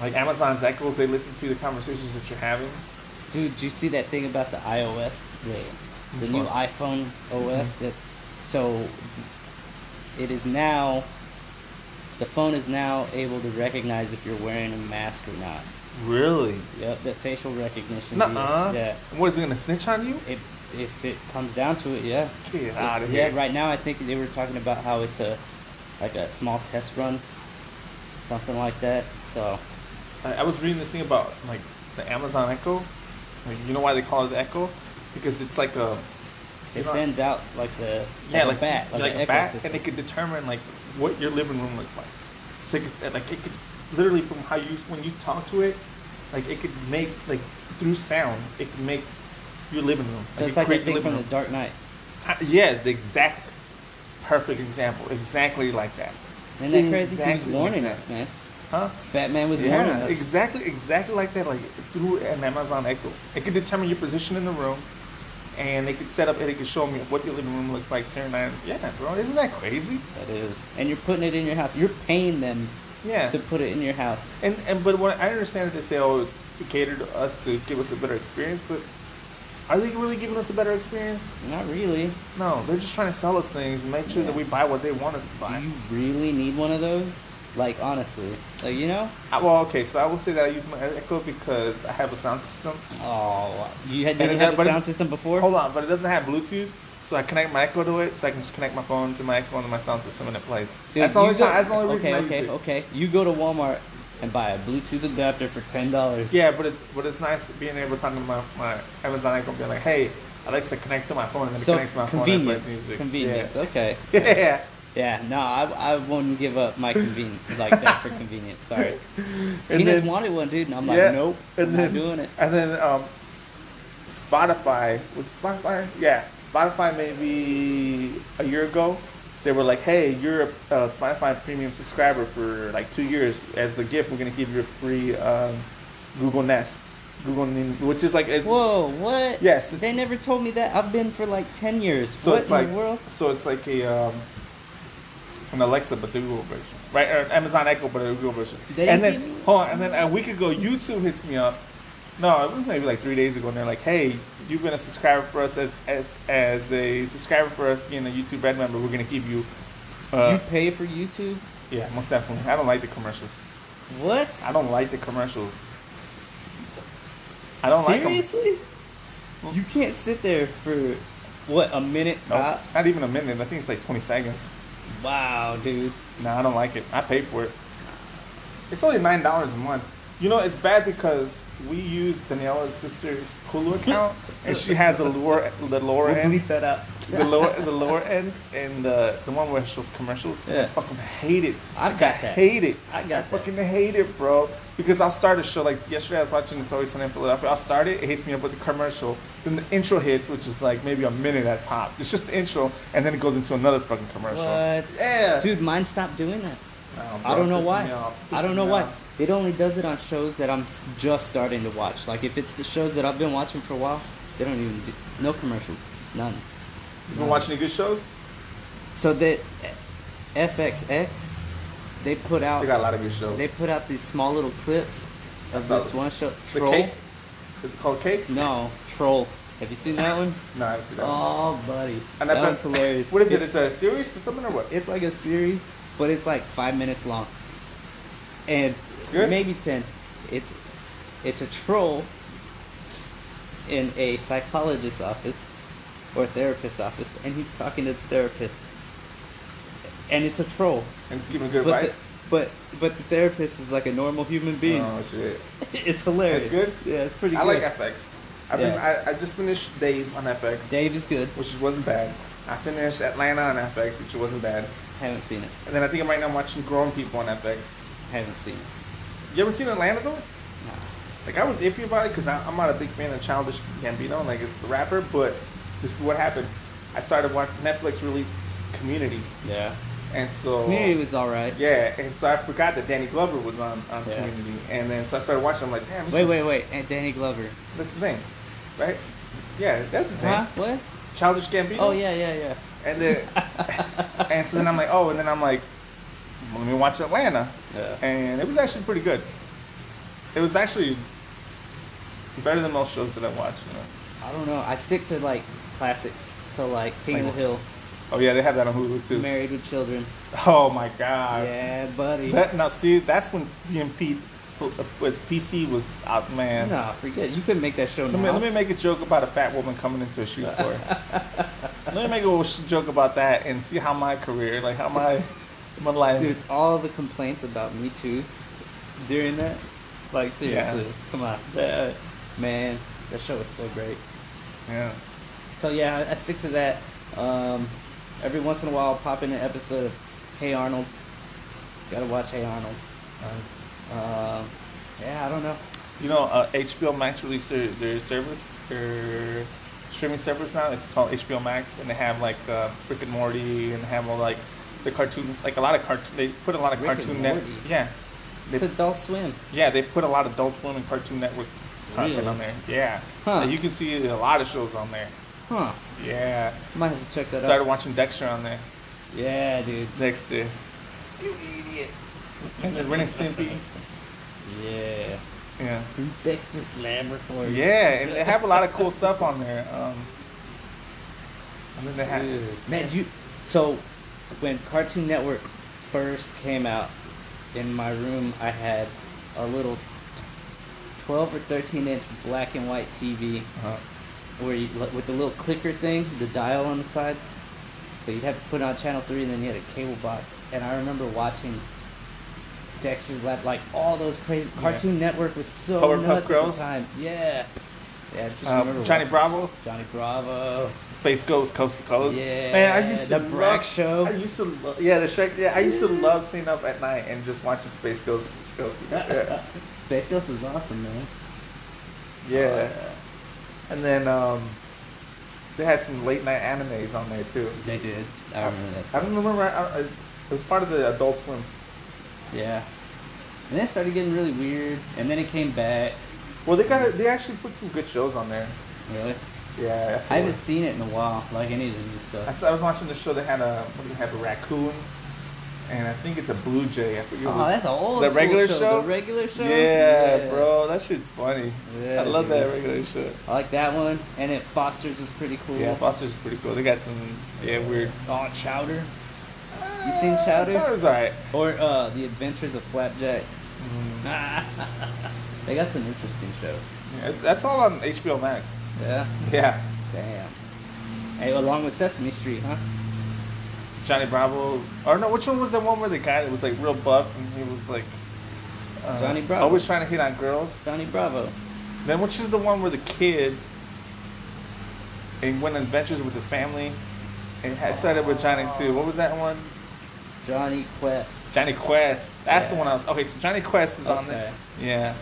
B: Like Amazon's Echoes, they listen to the conversations that you're having.
A: dude, did you see that thing about the iOS, the,
B: Which
A: the new
B: one? Mm-hmm.
A: iPhone OS? That's so. It is now. The phone is now able to recognize if you're wearing a mask or not.
B: Really?
A: Yep, that facial recognition. deal.
B: Nuh-uh.
A: Yeah.
B: And What is it gonna snitch on you?
A: If if it comes down to it, yeah.
B: Get out of
A: yeah,
B: here!
A: right now I think they were talking about how it's a like a small test run, something like that. So
B: I, I was reading this thing about like the Amazon Echo. Like, you know why they call it the Echo? Because it's like a
A: It
B: you know-
A: sends out like the
B: yeah, like
A: a bat, like,
B: like
A: an
B: a bat,
A: ecosystem.
B: and it could determine like what your living room looks like. So it could, like it could literally from how you when you talk to it, like it could make like through sound, it could make your living room.
A: so it's
B: it
A: like
B: create
A: that
B: the
A: thing
B: living
A: from
B: room.
A: the Dark Knight.
B: Uh, Yeah, the exact perfect example, exactly like that.
A: Isn't that crazy? He
B: Exactly
A: was warning
B: like
A: us, man.
B: Huh?
A: Batman was warning
B: Yeah,
A: us.
B: exactly, exactly like that. Like through an Amazon Echo, it could determine your position in the room, and it could set up and it could show me what your living room looks like. Certain, yeah, bro, isn't that crazy?
A: That is, and you're putting it in your house. You're paying them
B: Yeah,
A: to put it in your house.
B: and and but what I understand that they say, oh, it's to cater to us to give us a better experience, but are they really giving us a better experience?
A: Not really.
B: No, they're just trying to sell us things and make sure that
A: Yeah.
B: we buy what they want us to buy.
A: Do you really need one of those? Like honestly, like you know.
B: I, well, okay, so I will say that I use my Echo because I have a sound system.
A: Oh, you had
B: But
A: didn't
B: it-
A: have a
B: but it-
A: sound system before.
B: Hold on, but it doesn't have Bluetooth, so I connect my Echo to it, so I can just connect my phone to my Echo and my sound system, and it plays.
A: Dude,
B: that's the only
A: you go-
B: time, that's the only reason
A: Okay,
B: I use
A: okay,
B: it.
A: okay. You go to Walmart and buy a Bluetooth adapter for ten dollars.
B: Yeah, but it's but it's nice being able to talk to my, my Amazon Echo, and be like, hey, Alexa, connect to my phone, and then it
A: So
B: connects to my phone and
A: convenience,
B: plays music.
A: convenience.
B: Yeah.
A: Okay.
B: Yeah.
A: Yeah, no, I, I wouldn't give up my convenience like that for convenience. Sorry,
B: And
A: Tina's
B: then-
A: wanted one, dude, and I'm like,
B: Yeah,
A: nope,
B: and
A: I'm not
B: then-
A: doing it.
B: And then um, Spotify was it Spotify. Yeah, Spotify maybe a year ago, they were like, "Hey, you're a uh, Spotify premium subscriber for like two years. As a gift, we're gonna give you a free um, Google Nest, Google, Nim- which is like it's,
A: Whoa, what?
B: Yes,
A: they
B: it's-
A: never told me that. I've been for like ten years.
B: So
A: what
B: it's
A: in
B: like
A: the world?
B: so it's like a um, an Alexa but the Google version, right? Or an Amazon Echo but the Google version.
A: They didn't
B: and then
A: give me-
B: hold on, and then a week ago, YouTube hits me up. No, it was maybe like three days ago, and they're like, "Hey, you've been a subscriber for us as as as a subscriber for us being a YouTube Red member. We're gonna give you
A: you
B: Uh,
A: pay for YouTube?
B: yeah, most definitely. I don't like the commercials.
A: What?
B: I don't like the commercials. I don't like 'em. like them.
A: Seriously? You can't sit there for what a minute tops.
B: not even a minute. I think it's like 20 seconds.
A: wow, dude.
B: No, I don't like it. I paid for it. It's only nine dollars a month. You know, it's bad because we use Daniela's sister's Hulu account, and she has the lower, the lower
A: We'll
B: end,
A: bleep that out.
B: the lower, the lower end, and the the one where it shows commercials.
A: Yeah.
B: I fucking hate it.
A: I
B: Like,
A: got that.
B: Hate it.
A: I got that.
B: Fucking hate it, bro. Because I'll start a show like yesterday. I was watching It's Always Sunny in Philadelphia. I'll start it. It hits me up with the commercial. Then the intro hits, which is like maybe a minute at top. It's just the intro, and then it goes into another fucking commercial.
A: What?
B: Yeah.
A: Dude, mine stopped doing that.
B: No, Um, bro,
A: I don't know
B: piss
A: why.
B: me off.
A: I
B: Piss
A: don't know
B: me uh,
A: why.
B: off.
A: It only does it on shows that I'm s- just starting to watch. Like if it's the shows that I've been watching for a while, they don't even do no commercials, none.
B: You been watching any good shows?
A: So that FXX, they put out
B: They got a lot of good shows.
A: they put out these small little clips of
B: That's
A: this
B: all-
A: one show.
B: the
A: Troll?
B: cake? Is it called cake?
A: No, Troll. Have you seen that one?
B: No, I haven't seen that. one.
A: Oh, buddy,
B: And
A: that
B: I've
A: one's
B: been-
A: hilarious.
B: What is it?
A: It's-
B: Is it a series or something or what?
A: It's like a series, but it's like five minutes long, and
B: good?
A: maybe ten. It's it's a troll in a psychologist's office or therapist's office, and he's talking to the therapist, and it's a troll.
B: And it's giving good
A: but,
B: advice.
A: the, but but the therapist is like a normal human being.
B: Oh shit!
A: it's hilarious.
B: good?
A: Yeah, it's pretty
B: I
A: good.
B: like FX. I've been,
A: Yeah.
B: I, I just finished Dave on FX,
A: Dave is good.
B: which wasn't bad. I finished Atlanta on FX, which wasn't bad.
A: Haven't seen it.
B: And then I think I'm right now watching Grown People on FX.
A: Haven't seen it.
B: You ever seen Atlanta though?
A: Nah.
B: Like I was iffy about it because I'm not a big fan of Childish Gambino, like it's the rapper. But this is what happened. I started watching Netflix released Community,
A: Yeah.
B: and so
A: Community was all right.
B: yeah, and so I forgot that Danny Glover was on, on
A: Yeah.
B: Community, and then so I started watching. I'm like, damn, this
A: Wait,
B: is,
A: wait, wait. And Danny Glover.
B: that's his name, right? Yeah, that's his name.
A: Huh? What?
B: Childish Gambino.
A: Oh yeah, yeah, yeah.
B: And then and so then I'm like, oh, and then I'm like, let me watch Atlanta.
A: Yeah.
B: and it was actually pretty good. It was actually better than most shows that I watched. You know?
A: I don't know. I stick to like classics. So like King of
B: Like-
A: the Hill,
B: Oh yeah, they have that on Hulu too.
A: Married with Children.
B: Oh my god.
A: yeah, buddy.
B: That, now see, that's when PMP uh, was PC was out, man.
A: Nah, forget. it. You could make that show
B: Let me,
A: now.
B: let me make a joke about a fat woman coming into a shoe store. let me make a sh- joke about that and see how my career, like how my my life.
A: Dude, all the complaints about Me Too's during that. Like seriously, come on, that, man. That show was so great.
B: Yeah.
A: So yeah, I, I stick to that. Um, every once in a while, I'll pop in an episode of Hey Arnold. Gotta watch Hey Arnold. Um, yeah, I don't know.
B: You know, uh, HBO Max released their, their service, their streaming service now. It's called HBO Max, and they have like uh, Rick and Morty, and they have all like the cartoons, like a lot of cartoon. They put a lot of
A: Rick and
B: cartoon. Net-
A: Morty?
B: yeah, they,
A: It's Adult Swim.
B: yeah, they put a lot of Adult Swim and Cartoon Network content
A: Really?
B: on there. Yeah,
A: Huh.
B: you can see a lot of shows on there.
A: Huh.
B: Yeah,
A: Might have to check that
B: started
A: out.
B: watching Dexter on there.
A: Yeah, dude.
B: Dexter. You idiot. And then Ren and Stimpy.
A: Yeah.
B: Yeah.
A: Dexter's Laboratory.
B: Yeah, and they have a lot of cool stuff on there. Um, and then they have.
A: Dude. Man, you. So, when Cartoon Network first came out, in my room I had a little 12 or 13 inch black and white TV
B: Uh-huh.
A: where you with the little clicker thing, the dial on the side. So you'd have to put it on channel three, and then you had a cable box. And I remember watching Dexter's Lab, like all those crazy.
B: Yeah.
A: Cartoon Network was so
B: Powerpuff
A: nuts
B: Girls?
A: at the time. Yeah, yeah. I Just remember
B: Um, Johnny
A: watching-
B: Bravo,
A: Johnny Bravo.
B: Space Ghost, Coast to Coast.
A: Yeah,
B: man, I used to
A: the Brack
B: love,
A: Show.
B: I used to love, yeah, the Shrek. Yeah, I used to love staying up at night and just watching Space Ghost. Ghost yeah,
A: Space Ghost was awesome, man.
B: yeah. And then um, they had some late night animes on there too.
A: They did. I remember that.
B: I
A: Stuff.
B: don't remember. I, I, it was part of the Adult Swim.
A: Yeah. And then it started getting really weird, and then it came back.
B: Well, they got they actually put some good shows on there.
A: Really?
B: Yeah,
A: I haven't seen it in a while, like any of the new stuff.
B: I, saw- I was watching the show. They had a what do they have a raccoon, and I think it's a blue jay. I forget
A: Oh,
B: what-
A: that's an old
B: The
A: school
B: regular show?
A: The regular show.
B: Yeah, bro, that shit's funny.
A: Yeah,
B: I love
A: dude.
B: that regular shit.
A: I like that one, and then Foster's was pretty cool.
B: Yeah, Foster's is pretty cool. They got some yeah weird.
A: Oh, Chowder.
B: Uh,
A: You seen Chowder?
B: Chowder's alright.
A: Or uh, The Adventures of Flapjack.
B: Mm.
A: they got some interesting shows.
B: Yeah, it's, that's all on HBO Max.
A: Yeah.
B: Yeah.
A: Damn. Hey, along with Sesame Street, huh?
B: Johnny Bravo. Or no, which one was the one where the guy that was like real buff and he was like uh,
A: Johnny Bravo.
B: always trying to hit on girls?
A: Johnny Bravo.
B: Then which is the one where the kid and went on adventures with his family and had started with Johnny too. What was that one?
A: Johnny Quest.
B: Johnny Quest. That's the
A: Yeah.
B: one I was. Okay, so Johnny Quest is on there. Yeah.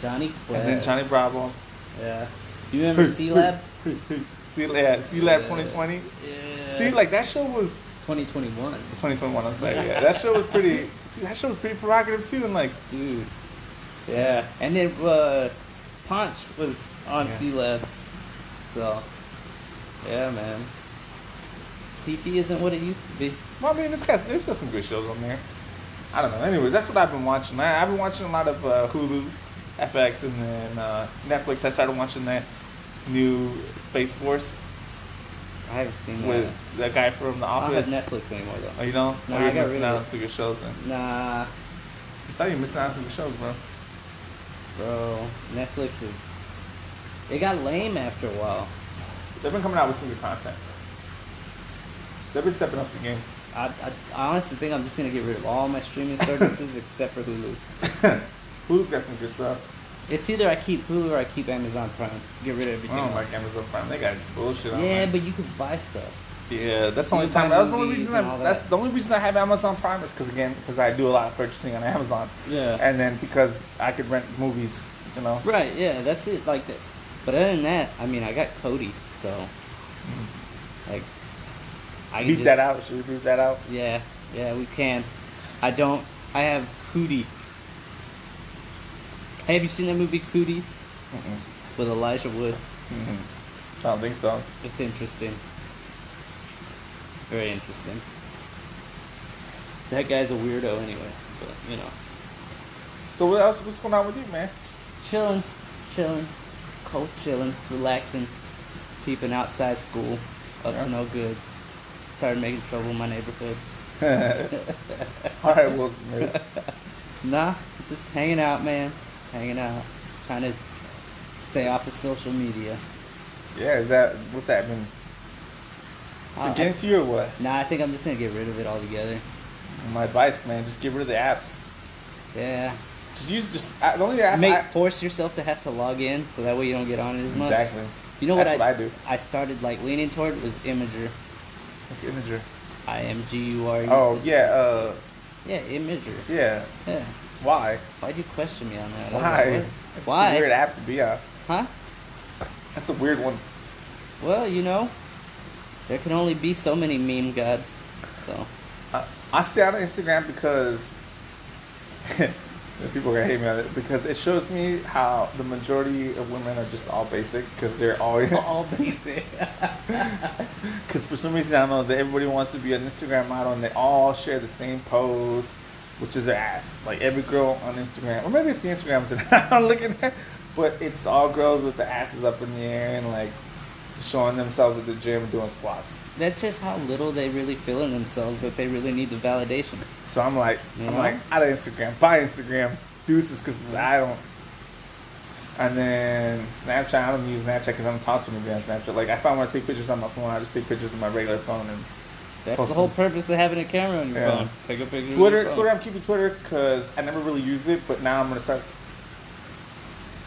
A: Johnny Quest.
B: And then Johnny Bravo.
A: Yeah. You remember C Lab?
B: C yeah, C Lab
A: Yeah.
B: 2020.
A: Yeah.
B: See, like that show was
A: 2021.
B: 2021. I'm sorry. Yeah, that show was pretty. See, that show was pretty provocative too, and like
A: Dude. Yeah. And then uh, Punch was on
B: Yeah.
A: C Lab. So. Yeah, man. TV isn't what it used to be.
B: Well, I mean, it's got there's got some good shows on there. I don't know. Anyways, that's what I've been watching. I, I've been watching a lot of uh, Hulu, FX, and then uh, Netflix. I started watching that new Space Force
A: I haven't seen
B: with
A: that.
B: the guy from
A: Mm-hmm.
B: The
A: I don't have
B: Office.
A: Netflix anymore
B: Oh,
A: though.
B: you know?
A: No,
B: oh,
A: I
B: you're
A: got
B: missing
A: rid
B: out
A: of
B: on
A: it.
B: some good shows. Then.
A: Nah,
B: I'm telling you, missing out on some good shows, bro.
A: bro. Netflix is. It got lame after a while.
B: They've been coming out with some good content. They've been stepping up the game.
A: I, I, I honestly think I'm just gonna get rid of all my streaming services except for Hulu.
B: Hulu's got some good stuff.
A: It's either I keep Hulu or I keep Amazon Prime. Get rid of
B: I
A: everything
B: don't like
A: else.
B: Amazon Prime. They got bullshit on
A: yeah,
B: there.
A: but you can buy stuff.
B: Yeah, that's the
A: You
B: only
A: buy
B: time. That's the only
A: movies
B: reason.
A: and all
B: I,
A: that.
B: that's the only reason I have Amazon Prime is because again, because I do a lot of purchasing on Amazon,
A: Yeah.
B: and then because I could rent movies. You know,
A: Right. Yeah, that's it. Like that. But other than that, I mean, I got Cody, so like I can just-
B: beat Mm-hmm. that out. Should we beat that out?
A: Yeah. Yeah, we can. I don't. I have Cootie. Hey, have you seen that movie Cooties
B: Mm-mm.
A: with Elijah Wood?
B: Mm-mm. I don't think so.
A: It's interesting. Very interesting. That guy's a weirdo anyway, but you know.
B: So what else? What's going on with you, man?
A: Chilling, chilling, cold chilling, relaxing, peeping outside school, up
B: Yeah.
A: to no good. Started making trouble in my neighborhood.
B: All right, Will Smith.
A: Nah, just hanging out, man. Just hanging out. Trying to stay off of social media.
B: Yeah, is that what's that been
A: I- I-
B: beginning to you or what?
A: nah, I think I'm just gonna get rid of it altogether.
B: My advice, man, just get rid of the apps.
A: Yeah.
B: Just use just I, the only app.
A: Make
B: I,
A: force yourself to have to log in so that way you don't get on it as much.
B: exactly.
A: You know what
B: That's
A: I,
B: what I do.
A: I started like leaning toward was Imager.
B: It's Imager.
A: I M G U R.
B: Oh yeah, uh,
A: Yeah, Imager.
B: yeah.
A: Yeah.
B: Why?
A: Why'd you question me on that? I was like,
B: Why?
A: what?
B: That's just
A: Why?
B: a weird app to be on.
A: Huh?
B: That's a weird one.
A: Well, you know, there can only be so many meme gods. So,
B: I, I stay on Instagram because people are gonna hate me on it because it shows me how the majority of women are just all basic because they're all
A: all basic.
B: because for some reason I don't know that everybody wants to be an Instagram model and they all share the same pose, which is their ass. Like every girl on Instagram, or maybe it's the Instagrams that I'm looking at, but it's all girls with the asses up in the air and like showing themselves at the gym doing squats.
A: That's just how little they really feel in themselves that they really need the validation.
B: So I'm like,
A: You
B: I'm
A: know?
B: like, out of Instagram, buy Instagram, deuces, because I don't. And then Snapchat, I don't use Snapchat because I'm talking to anybody on Snapchat. Like, if I want to take pictures on my phone, I just take pictures with my regular phone. And
A: That's
B: Awesome.
A: the whole purpose of having a camera on your
B: Yeah.
A: phone. Take a picture.
B: Twitter,
A: of your phone.
B: Twitter, I'm keeping Twitter because I never really used it, but now I'm gonna start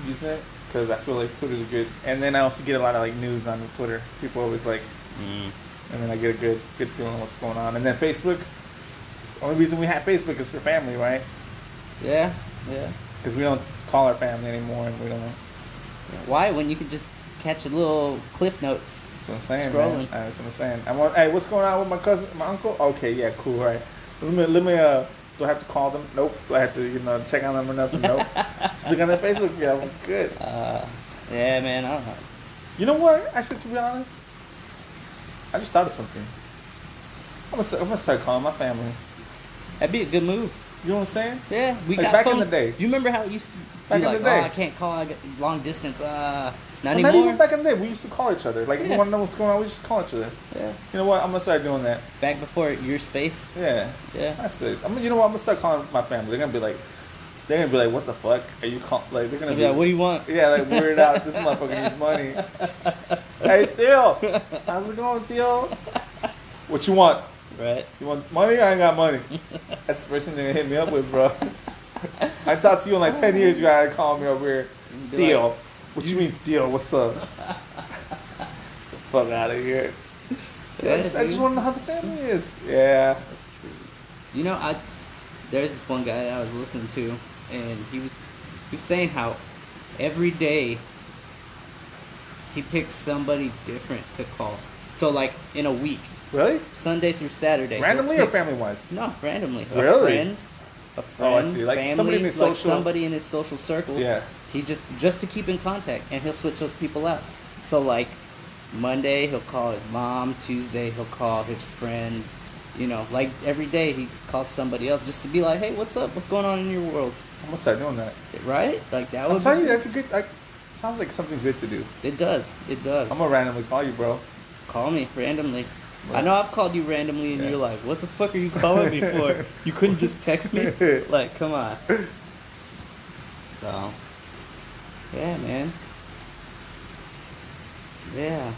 B: using it because I feel like Twitter's good. And then I also get a lot of like news on Twitter. People always like
A: Mm.
B: and then I get a good good feeling of what's going on. And then Facebook. Only reason we have Facebook is for family, right?
A: Yeah, yeah.
B: Because we don't call our family anymore, and we don't.
A: Why? When you can just catch a little cliff notes.
B: That's what I'm saying. Man.
A: Scrolling.
B: That's what I'm saying. I want. Hey, what's going on with my cousin, my uncle? Okay, yeah, cool, all right. Let me, let me. Uh, do I have to call them? Nope. Do I have to, you know, check on them or nothing? Nope. Just look on their Facebook. Yeah, what's good.
A: Uh, yeah, man. I don't know.
B: You know what? Actually, to be honest, I just thought of something. I'm gonna, start- I'm gonna start calling my family.
A: That'd be a good move.
B: You know what I'm saying?
A: Yeah, we
B: Like,
A: got
B: back in
A: phone.
B: the day.
A: You remember how it used to be
B: Back in
A: like,
B: the day.
A: oh, I can't call I got long distance. Uh, not
B: Well,
A: anymore.
B: not even back in the day, we used to call each other. Like, if we
A: Yeah.
B: want to know what's going on, we just call each other.
A: yeah,
B: You know what? I'm gonna start doing that.
A: back before your space.
B: Yeah,
A: Yeah,
B: that's this. I mean, you know what? I'm gonna start calling my family. They're gonna be like, they're gonna be like, what the fuck are you calling? Like, they're gonna
A: You'd
B: be
A: be like, what do you want?
B: Yeah, like weird out. This motherfucker needs money. Hey Theo, how's it going, Theo? What you want?
A: Right.
B: You want money? I ain't got money. That's the first thing they hit me up with, bro. I talked to you in like ten years. You gotta call me over here,
A: You'd be
B: Theo.
A: like,
B: what you mean, Theo? What's up? Fuck out of here. Yeah, I
A: Yeah,
B: just, I just
A: dude.
B: want to know how the family is. Yeah.
A: You know, I there's this one guy I was listening to, and he was he was saying how every day he picks somebody different to call. So like in a week,
B: Really?
A: Sunday through Saturday, he'll
B: Randomly or
A: pick-
B: family wise?
A: No, randomly. A
B: Really? Oh,
A: friend, a friend,
B: see. Like,
A: family,
B: somebody in his
A: like
B: social-
A: somebody in his social circle.
B: Yeah.
A: He just just to keep in contact, and he'll switch those people out. So like Monday he'll call his mom, Tuesday he'll call his friend. You know, like every day he calls somebody else just to be like, hey, what's up? What's going on in your world?
B: I'm gonna start doing that.
A: Right? Like that would.
B: I'm telling
A: be,
B: you, that's a good. Like, sounds like something good to do.
A: It does. It does.
B: I'm gonna randomly call you, bro.
A: Call me randomly. I
B: Right.
A: know I've called you randomly and
B: Yeah.
A: you're like, what the fuck are you calling me for? You couldn't just text me? Like, come on. So, yeah, man. Yeah.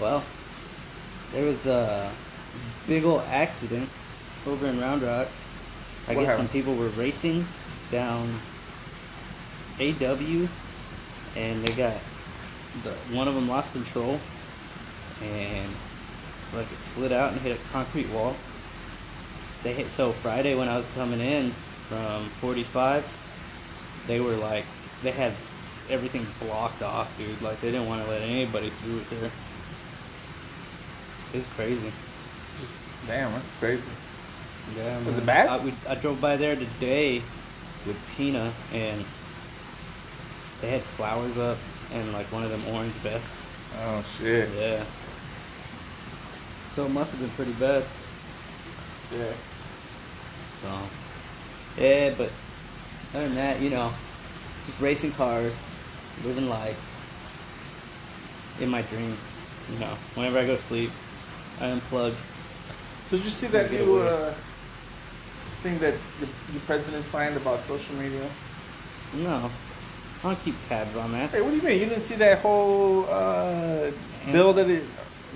A: Well, there was a big old accident over in Round Rock. I
B: What
A: guess some
B: happened?
A: people were racing down AW and they got the, one of them lost control and like it slid out and hit a concrete wall. They hit so Friday when I was coming in from 45, they were like they had everything blocked off, dude. Like they didn't want to let anybody through it there. It's crazy.
B: Just, damn, that's crazy.
A: Yeah.
B: Was it
A: man.
B: bad?
A: I, we, I drove by there today with Tina, and they had flowers up and like one of them orange vests.
B: Oh shit.
A: Yeah. So it must have been pretty bad.
B: Yeah.
A: So, yeah, but other than that, you know, just racing cars, living life in my dreams. You know, whenever I go to sleep, I unplug.
B: So did you see that
A: Get
B: new
A: away.
B: uh, thing that the, the president signed about social media?
A: No, I don't keep tabs on that.
B: Hey, what do you mean? You didn't see that whole uh,
A: Yeah.
B: bill that it?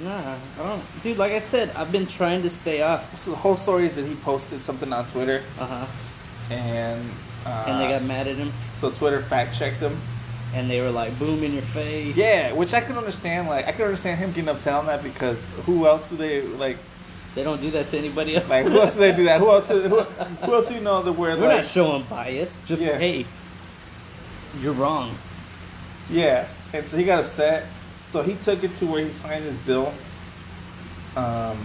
A: Nah, I don't. Dude, like I said, I've been trying to stay off.
B: So the whole story is that he posted something on Twitter
A: Uh huh.
B: and uh,
A: And they got mad at him,
B: so Twitter fact checked him.
A: and they were like, "Boom in your face."
B: Yeah, which I can understand. Like I can understand him getting upset on that because who else do they like?
A: They don't do that to anybody else.
B: Like who else do they do that? Who else? Who, who else do you know that we're,
A: We're
B: like?
A: not showing bias. Just
B: Yeah.
A: hey, you're wrong.
B: Yeah, and so he got upset. So he took it to where he signed his bill, um,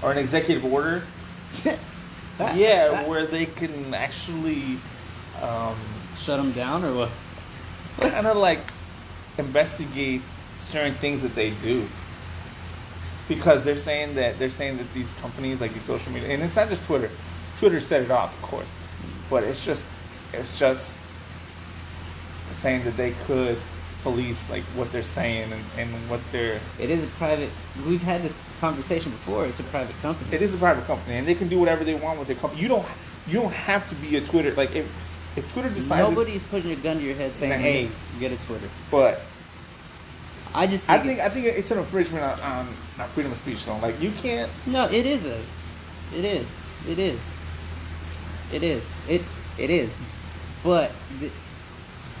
B: or an executive order. yeah, where they can actually um,
A: Shut them down or what?
B: kind of like investigate certain things that they do. Because they're saying that they're saying that these companies like these social media, and it's not just Twitter. Twitter set it off, of course, but it's just it's just saying that they could police like what they're saying and, and what they're.
A: It is a private. We've had this conversation before. It's a private company.
B: It is a private company, and they can do whatever they want with their company. You don't you don't have to be a Twitter like if if Twitter decides. that-
A: Nobody's putting a gun to your head saying,
B: Nah.
A: "Hey, get a Twitter."
B: but
A: I just.
B: I
A: Think
B: think I
A: it's-
B: think it's an infringement on, on, on freedom of speech. Though, like you can't.
A: No, it is a. It is. It is. It is. It. It is. But. The,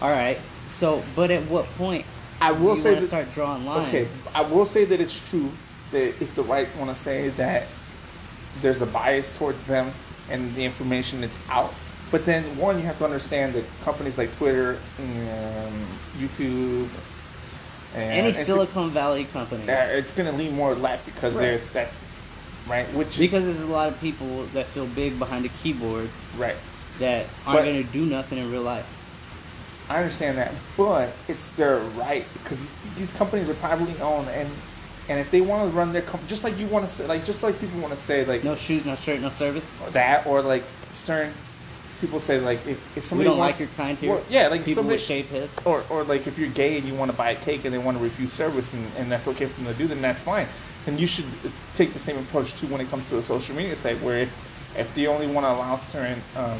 A: all right. So, but at what point?
B: I will
A: do
B: say
A: you want
B: that-
A: to start drawing lines.
B: Okay, I will say that it's true that if the right want to say that there's a bias towards them and the information that's out, but then one you have to understand that companies like Twitter and YouTube and
A: Any
B: Insta-
A: Silicon Valley company.
B: that it's going to lean more left because
A: Right.
B: there's that's right, which
A: Because
B: is,
A: there's a lot of people that feel big behind a keyboard
B: right.
A: that aren't
B: But-
A: going to do nothing in real life.
B: I understand that, but it's their right because these, these companies are privately owned and And if they want to run their company, just like you want to say, like just like people want to say, like
A: No shoes, no shirt, no service.
B: that, or like certain people say, like if, if
A: We
B: somebody
A: don't like
B: wants,
A: your kind here.
B: Well, yeah, like
A: people
B: somebody,
A: with shaved heads.
B: or or like if you're gay and you want to buy a cake and they want to refuse service and, and that's okay for them to do, then that's fine. Then you should take the same approach too when it comes to a social media site where if, if they only want to allow certain um,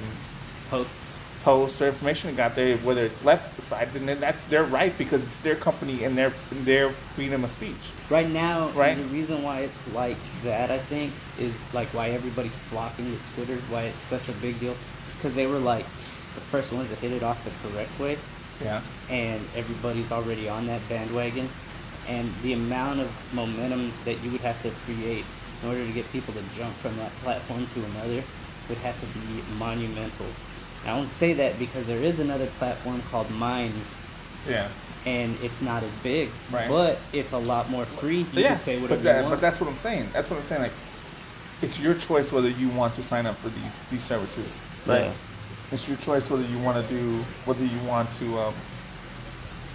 A: Posts.
B: posts or information that got there, whether it's left side, then then that's their right because it's their company and their their freedom of speech.
A: Right now,
B: Right.
A: the reason why it's like that, I think, is like why everybody's flocking to Twitter, why it's such a big deal. It's because they were like the first ones to hit it off the correct way,
B: Yeah.
A: and everybody's already on that bandwagon. And the amount of momentum that you would have to create in order to get people to jump from that platform to another would have to be monumental. And I don't say that because there is another platform called Minds
B: Yeah.
A: and it's not as big,
B: Right.
A: but it's a lot more free. You
B: yeah.
A: can say whatever
B: but, that-
A: you want.
B: but that's what I'm saying. That's what I'm saying. Like, it's your choice whether you want to sign up for these these services.
A: Yeah.
B: It's your choice whether you want to do whether you want to um,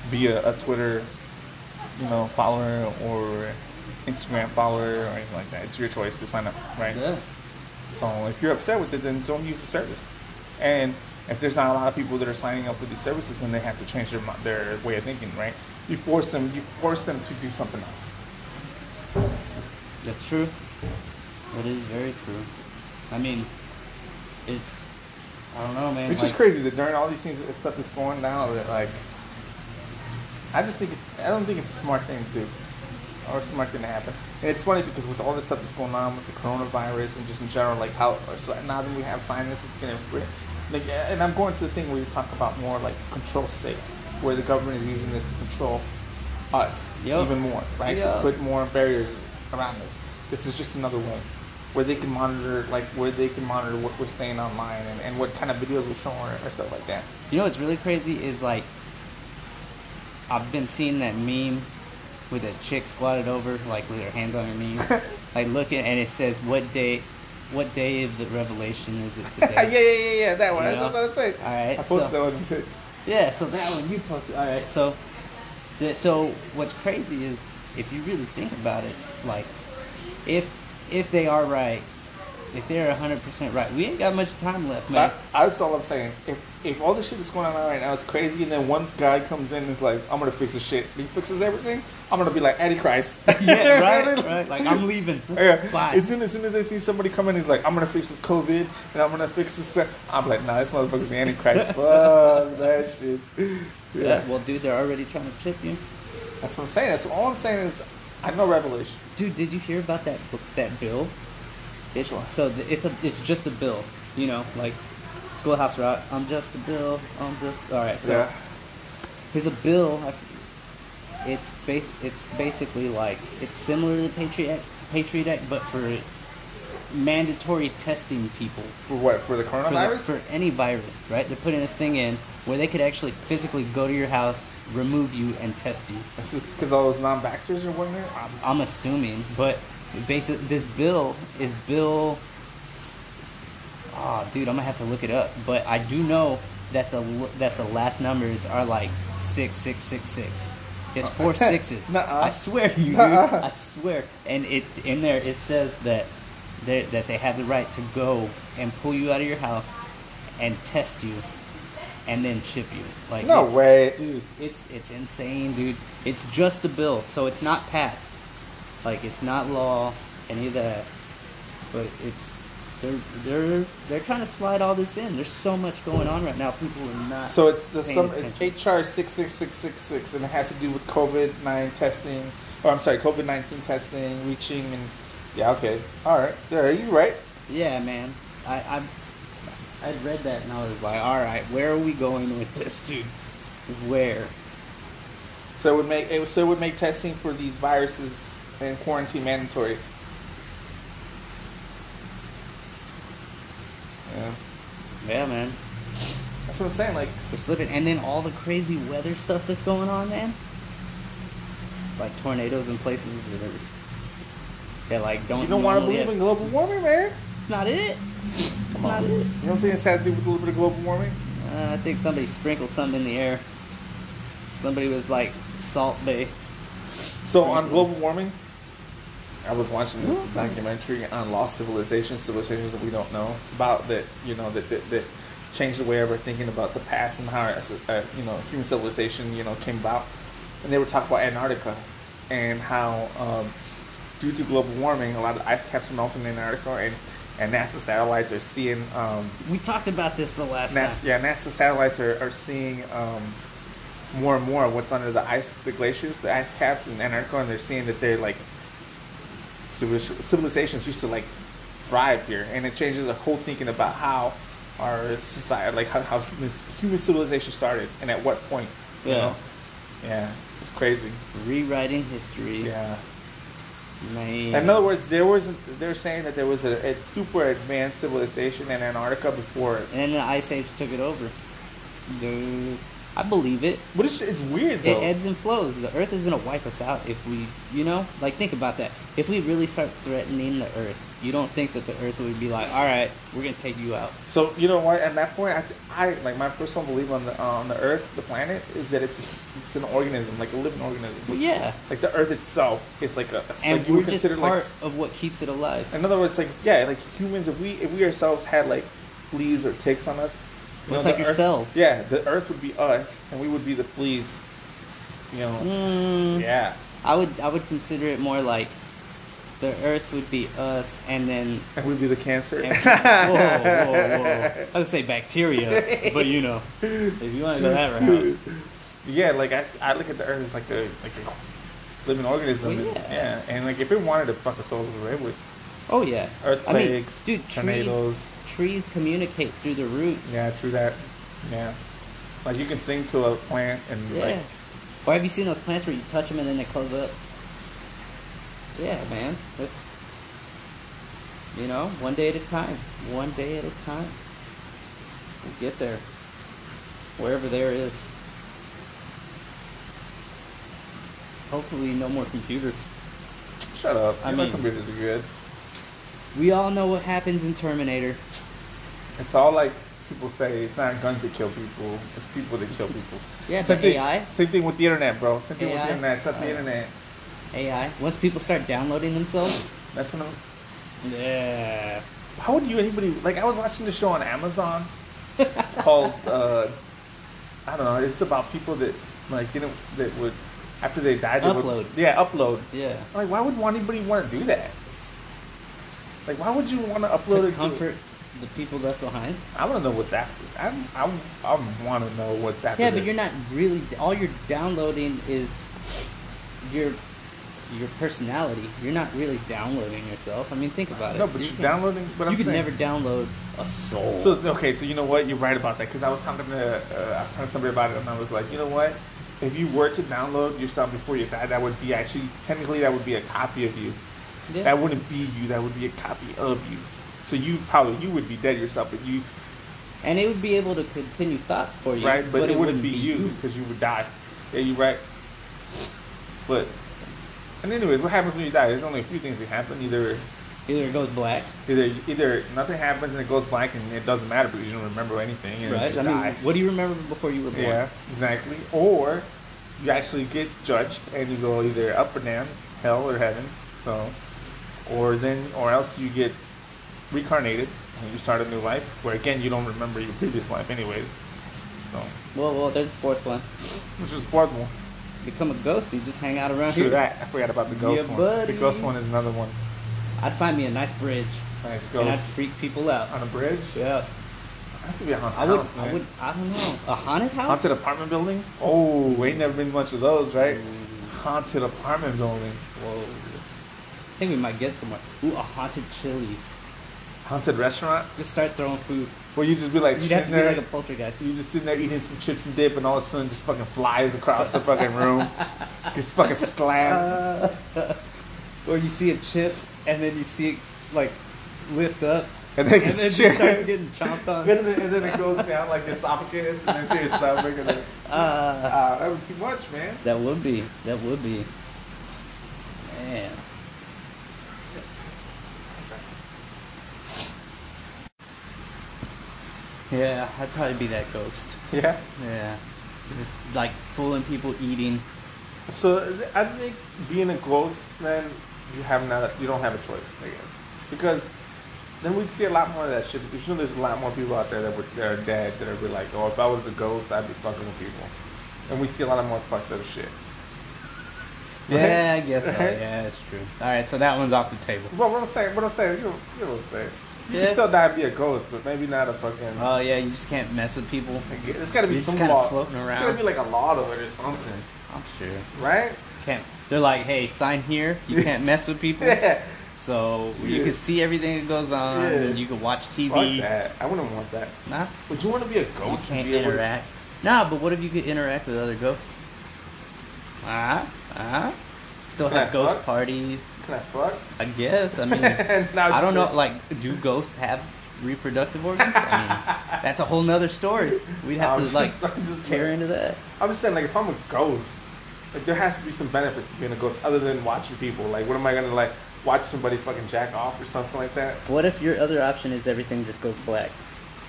B: be a, a Twitter, you know, follower or Instagram follower or anything like that. It's your choice to sign up, right?
A: Yeah.
B: So if you're upset with it, then don't use the service. And if there's not a lot of people that are signing up for these services, then they have to change their mi- their way of thinking, right? You force them. You force them to do something else.
A: That's true. That is very true. I mean, it's I don't know, man.
B: It's
A: like,
B: just crazy that during all these things, this stuff that's going now, that like, I just think it's, I don't think it's a smart thing to do, or a smart thing to happen. And it's funny because with all this stuff that's going on with the coronavirus and just in general, like how or so now that we have science, it's gonna, fr- like, and I'm going to the thing where you talk about more like control state, where the government is using this to control us
A: Yup.
B: even more, right? To
A: Yeah.
B: put more barriers around us. This is just another way where they can monitor, like where they can monitor what we're saying online and, and what kind of videos we're showing or, or stuff like that.
A: You know what's really crazy is like I've been seeing that meme with a chick squatted over, like with her hands on her knees, like looking, and it says, "What day? What day of the revelation is it
B: yeah, yeah,
A: today?"
B: yeah, yeah, that one.
A: Yeah.
B: That's what I was saying.
A: All right,
B: I posted
A: so-
B: that one.
A: Yeah, so that one you posted. All right, so the, so what's crazy is if you really think about it, like if if they are right, if they're hundred percent right, we ain't got much time left, man.
B: That, that's all I'm saying. If, if all the shit that's going on right now is crazy, and then one guy comes in and is like, "I'm gonna fix this shit," he fixes everything. I'm gonna be like Antichrist.
A: yeah, right, right. Like I'm leaving.
B: Yeah.
A: Bye.
B: As soon, as soon as I see somebody come in, he's like, I'm gonna fix this COVID and I'm gonna fix this. uh," I'm like, nah, this motherfucker's the Antichrist. Fuck that shit.
A: Yeah,
B: Yeah.
A: well, dude, they're already trying to chip you.
B: That's what I'm saying. That's all I'm saying is, I know Revelation.
A: Dude, did you hear about that b- that bill? It's
B: Sure.
A: so th- it's a it's just a bill, you know, like Schoolhouse Rock. I'm just a bill. I'm just all right. So.
B: Yeah.
A: There's a bill. I f- It's ba- it's basically like it's similar to the Patriot Act, Patriot Act, but for mandatory testing people
B: For what? For the
A: for, the-
B: coronavirus?
A: for any virus, right? They're putting this thing in where they could actually physically go to your house, remove you, and test you.
B: This is because all those non-vaxxers are winning. I'm,
A: I'm assuming, but basically this bill is bill. Oh, dude, I'm gonna have to look it up. But I do know that the l- that the last numbers are like six six six six. It's four sixes.
B: Nuh-uh.
A: I swear to you, dude.
B: Nuh-uh.
A: I swear. And it in there it says that they that they have the right to go and pull you out of your house and test you and then chip you. Like
B: No
A: it's-
B: way.
A: dude. It's it's insane, dude. It's just the bill, so it's not passed. Like it's not law, any of that. But it's they're they're they're trying to slide all this in. There's so much going on right now. People are not.
B: So it's the
A: Paying
B: some,
A: attention.
B: it's HR six six six six six, and it has to do with COVID nine testing, or I'm sorry, COVID nineteen testing, reaching, and yeah, okay, all right, yeah, he's right.
A: yeah, man. I I I read that and I was like, all right, where are we going with this, dude? Where?
B: So it would make it, would- so it would make testing for these viruses and quarantine mandatory. Yeah,
A: Yeah, man.
B: that's what I'm saying. Like,
A: We're slipping, and then all the crazy weather stuff that's going on, man. Like tornadoes in places that are that like don't.
B: you don't want to
A: normally
B: believe in
A: have-
B: global warming, man.
A: It's not it. It's not it.
B: You don't think this has to do with a little bit of global warming?
A: Uh, I think somebody sprinkled something in the air. Somebody was like Salt Bay.
B: So on global warming, I was watching this documentary on lost civilizations, civilizations that we don't know about that you know that that, that changed the way of our thinking about the past and how our, uh, you know human civilization you know came about, and they were talking about Antarctica and how um, due to global warming, a lot of the ice caps are melting in Antarctica, and and NASA satellites are seeing um,
A: We talked about this the last
B: NASA,
A: time.
B: yeah, NASA satellites are, are seeing um, more and more of what's under the ice, the glaciers, the ice caps in Antarctica, and they're seeing that they're like civil- civilizations used to like thrive here, and it changes the whole thinking about how our society, like how, how human, human civilization started and at what point. You
A: Yeah.
B: know? yeah, it's crazy.
A: Rewriting history.
B: Yeah.
A: Man.
B: In other words, there was they're saying that there was a, a super advanced civilization in Antarctica before.
A: and then the Ice Age took it over. Dude, I believe it.
B: But it's, it's
A: It
B: weird though.
A: ebbs and flows. The Earth is gonna wipe us out if we, you know, like think about that. If we really start threatening the Earth, you don't think that the Earth would be like, all right, we're gonna take you out.
B: So you know what? At that point, I, I like my personal belief on the uh, on the Earth, the planet, is that it's a, it's an organism, like a living organism.
A: Well, yeah,
B: Like the Earth itself is like a it's
A: and
B: like you
A: we're
B: would
A: just
B: consider
A: part
B: like
A: of what keeps it alive.
B: in other words, like yeah, like humans. If we if we ourselves had like fleas or ticks on us, you
A: Well, it's
B: know,
A: like
B: the
A: your
B: Earth-
A: cells.
B: Yeah, the Earth would be us, and we would be the fleas. You know.
A: Mm,
B: Yeah.
A: I would, I would consider it more like the Earth would be us, and then
B: And we'd be the cancer.
A: And- whoa, whoa, whoa. I would say bacteria, but you know, if you want to go that route.
B: Yeah, like I, I look at the Earth as like a like a living organism.
A: Well,
B: and-
A: yeah.
B: yeah. and like if it wanted to fuck us over, it would.
A: Oh yeah,
B: Earthquakes,
A: I mean, dude,
B: tornadoes.
A: Trees, trees communicate through the roots.
B: Yeah, true that. Yeah, like you can sing to a plant and like
A: Yeah. Or have you seen those plants where you touch them and then they close up? Yeah, man. That's you know, one day at a time. One day at a time. We'll get there. Wherever there is. Hopefully, no more computers.
B: shut up.
A: I
B: I know
A: mean-
B: computers are good.
A: We all know what happens in Terminator.
B: It's all like people say. It's not guns that kill people. It's people that kill people.
A: Yeah,
B: same
A: but
B: thing,
A: AI?
B: Same thing with the internet, bro. Same thing with
A: AI?
B: the internet. It's not
A: Oh.
B: the internet.
A: AI. Once people start downloading themselves.
B: That's when. I'm,
A: Yeah.
B: How would you anybody like? I was watching the show on Amazon called uh, I don't know. It's about people that like didn't that would after they died they
A: Upload.
B: Would, yeah, upload.
A: Yeah.
B: I'm Like, why would anybody want to do that? Like, why would you want to upload
A: To
B: it
A: comfort the people left behind.
B: to? I want to know what's after. I I I want to know what's after.
A: Yeah, but
B: this.
A: you're not really. All you're downloading is your your personality. You're not really downloading yourself. I mean, think about it.
B: No, but
A: You
B: you're
A: can-
B: downloading. But
A: you
B: I'm
A: could
B: saying.
A: never download a soul.
B: So okay, so you know what? You're right about that because I was talking to uh, I was talking to somebody about it, and I was like, you know what? If you were to download yourself before you die, that would be actually technically that would be a copy of you.
A: Yeah.
B: That wouldn't be you. That would be a copy of you. So you probably you would be dead yourself, but you
A: and it would be able to continue thoughts for you,
B: right, but, it, wouldn't, be you because you would die. Yeah, you right. But and anyways, what happens when you die? There's only a few things that happen. Either
A: Either it goes black,
B: either either nothing happens and it goes blank and it doesn't matter because you don't remember anything and you
A: right? I
B: just
A: mean,
B: die.
A: what do you remember before you were born?
B: Yeah, exactly. Or you actually get judged and you go either up or down, hell or heaven. So, or then, or else you get reincarnated and you start a new life where again you don't remember your previous life, anyways. So,
A: Well, well, there's the fourth one.
B: which is fourth one.
A: Become a ghost. You just hang out around
B: True
A: here.
B: that. I forgot about the ghost
A: Yeah,
B: one.
A: buddy.
B: The ghost one is another one.
A: I'd find me a nice bridge,
B: Nice
A: and I'd
B: ghost
A: freak people out.
B: on a bridge.
A: Yeah.
B: Has to be a haunted
A: I would.
B: house,
A: I
B: man.
A: would. I don't know. A haunted house.
B: Haunted apartment building? Oh, ain't never been much of those, right? Haunted apartment building.
A: Whoa. I think we might get somewhere. Ooh, a haunted Chili's.
B: Haunted restaurant?
A: Just start throwing food.
B: Where you just be like,
A: You'd have to
B: sitting
A: be
B: there,
A: like a poltergeist.
B: you just sitting there eating some chips and dip, and all of a sudden just fucking flies across the fucking room. Just fucking slam.
A: Uh, Or you see a chip and then you see it like lift up
B: And then,
A: and
B: it's
A: then it
B: chips.
A: just starts getting chomped on.
B: and, then, and then it goes down like esophagus and then to your stomach. And then,
A: Uh,
B: uh, that was too much, man.
A: that would be. That would be. Man. Yeah, I'd probably be that ghost.
B: Yeah.
A: Yeah. Just like fooling people eating.
B: So I think being a ghost, then you have not you don't have a choice, I guess, because then we'd see a lot more of that shit. You know, there's a lot more people out there that were that are dead that are be like, oh, if I was the ghost, I'd be fucking with people, and we see a lot of more fucked up shit.
A: Yeah, I guess so.
B: Right?
A: Yeah, that's true. All right, so that one's off the table.
B: But what I'm saying, what I'm saying, you, you know what I'm saying. You
A: Yeah.
B: can still die and be a ghost, but maybe not a fucking.
A: Oh yeah, you just can't mess with people.
B: There's gotta be
A: You're just
B: some
A: kinda
B: law.
A: floating
B: There's gotta
A: around.
B: be like a law to it or something,
A: I'm sure.
B: right?
A: Can't. They're like, hey, sign here. You can't mess with people.
B: Yeah.
A: So you
B: Yeah.
A: can see everything that goes on,
B: Yeah.
A: and you can watch TV.
B: Fuck that. I wouldn't want that.
A: Nah,
B: Would you want to be a ghost?
A: you
B: and
A: can't
B: be able to-
A: interact. Nah, but what if you could interact with other ghosts? Ah, ah. Still
B: Can I
A: have ghost
B: fuck?
A: parties,
B: Can I fuck?
A: I guess. I mean,
B: Now
A: I
B: it's
A: don't know.
B: just-
A: Like, do ghosts have reproductive organs? I mean, that's a whole nother story. We'd have
B: I'm
A: to
B: just-
A: like
B: I'm just-
A: tear into that.
B: I'm just saying, like, if I'm a ghost, like, there has to be some benefits to being a ghost other than watching people. Like, what am I gonna like watch somebody fucking jack off or something like that?
A: What if your other option is everything just goes black?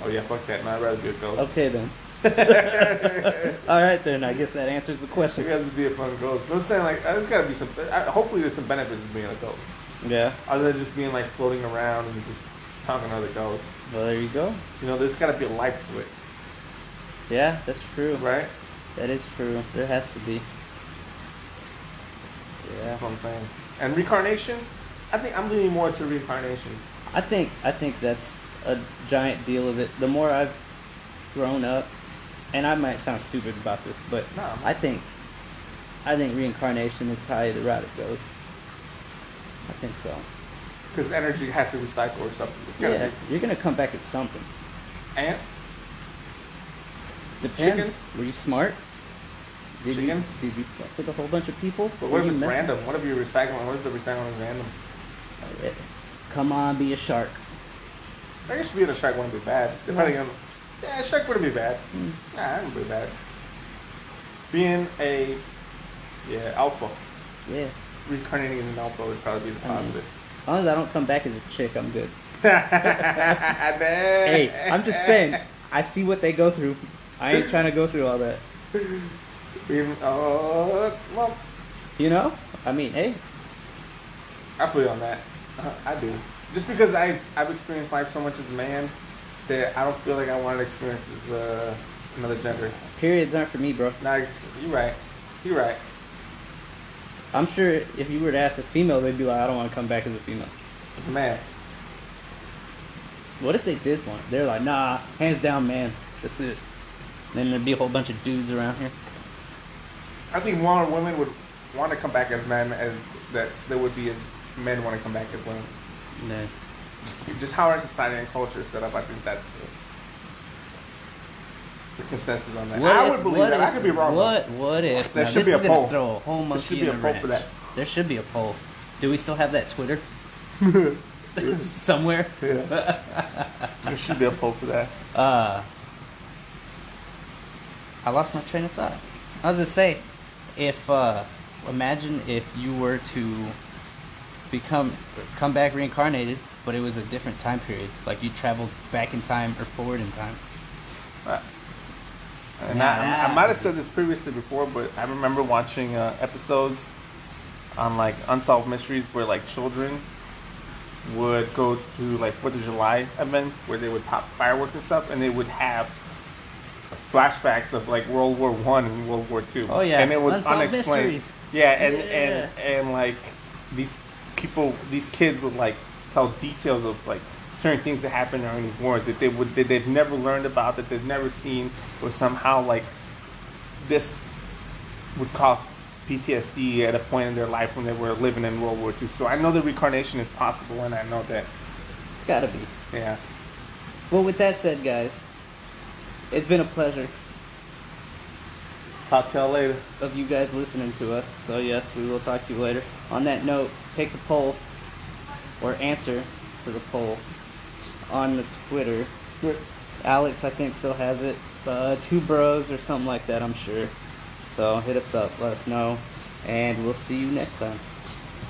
B: Oh yeah, fuck that. No, I'd rather be a ghost.
A: Okay then. All right then. I guess that answers the
B: I'd
A: question.
B: rather be a fucking ghost. But I'm saying, like, there's gotta be some. I, hopefully, there's some benefits to being a ghost
A: Yeah.
B: other than just being like floating around and just talking to other ghosts.
A: Well, there you go.
B: You know, there's gotta be a life to it,
A: Yeah, that's true.
B: right?
A: That is true. There has to be. Yeah.
B: That's what I'm saying. And reincarnation, I think I'm leaning more to reincarnation.
A: I think I think that's a giant deal of it. The more I've grown up, and I might sound stupid about this, but
B: No, I'm-
A: I think I think reincarnation is probably the route it goes. I think so.
B: Because energy has to recycle or something. It's gotta
A: Yeah, you're gonna come back at something.
B: be ants.
A: Depends. Were you smart? Did
B: Chicken?
A: you did you fuck with a whole bunch of people?
B: But
A: Were
B: what if
A: you
B: it's
A: messing-
B: random? What if you're recycling? What if the recycling is random?
A: Yeah. Come on, be a shark.
B: I guess being a shark wouldn't be bad. They're probably gonna, yeah, a shark wouldn't be bad.
A: Hmm,
B: Nah, it wouldn't be bad. Being a, yeah, alpha.
A: Yeah.
B: Reincarnating as an alpha would probably be
A: I
B: the
A: mean-
B: positive.
A: As long as I don't come back as a chick, I'm good.
B: hey, Eh,
A: hey, I'm just saying. I see what they go through. I ain't trying to go through all that.
B: Even, uh, well,
A: You know? I mean, hey,
B: I feel you on that. Uh, I do. Just because I've, I've experienced life so much as a man that I don't feel like I want to experience as uh, another gender.
A: periods aren't for me, bro.
B: Nah, it's- you're right. You're right.
A: I'm sure if you were to ask a female, they'd be like, I don't want to come back as a female.
B: It's mad.
A: What if they did want it? They're like, nah, hands down, man. That's it. Then there'd be a whole bunch of dudes around here.
B: I think more women would want to come back as men as that there would be as men want to come back as women.
A: Nah.
B: Just how our society and culture is set up, I think that's the, the consensus on that. I would believe
A: what
B: that. I
A: if-
B: could be wrong. though.
A: What? What if?
B: There
A: now,
B: should
A: this
B: be a
A: is gonna
B: poll.
A: Throw a whole monkey
B: should be
A: in
B: a
A: the
B: poll for
A: wrench.
B: that.
A: There should be a poll. Do we still have that Twitter somewhere?
B: Yeah. there should be a poll for that.
A: Uh, I lost my train of thought. I was gonna say, if uh, imagine if you were to become come back reincarnated, but it was a different time period, like you traveled back in time or forward in time.
B: Uh, And I, I might have said this previously before, but I remember watching uh, episodes on like unsolved mysteries where like children would go to like Fourth of July events where they would pop fireworks and stuff, and they would have flashbacks of like World War One and World War Two.
A: Oh, yeah.
B: and it was
A: Unsolved
B: unexplained.
A: mysteries.
B: Yeah, and and
A: Yeah.
B: and like these people, these kids would like tell details of like certain things that happened during these wars that they would that they've never learned about, that they've never seen, or somehow like this would cause PTSD at a point in their life when they were living in World War II. So I know that reincarnation is possible, and I know that.
A: It's gotta be.
B: Yeah.
A: Well, with that said, guys, it's been a pleasure.
B: Talk to y'all later.
A: of you guys listening to us. So yes, we will talk to you later. On that note, take the poll or answer to the poll on the Twitter. Alex, I think, still has it. Uh, two bros or something like that, I'm sure. So hit us up, let us know, and we'll see you next time.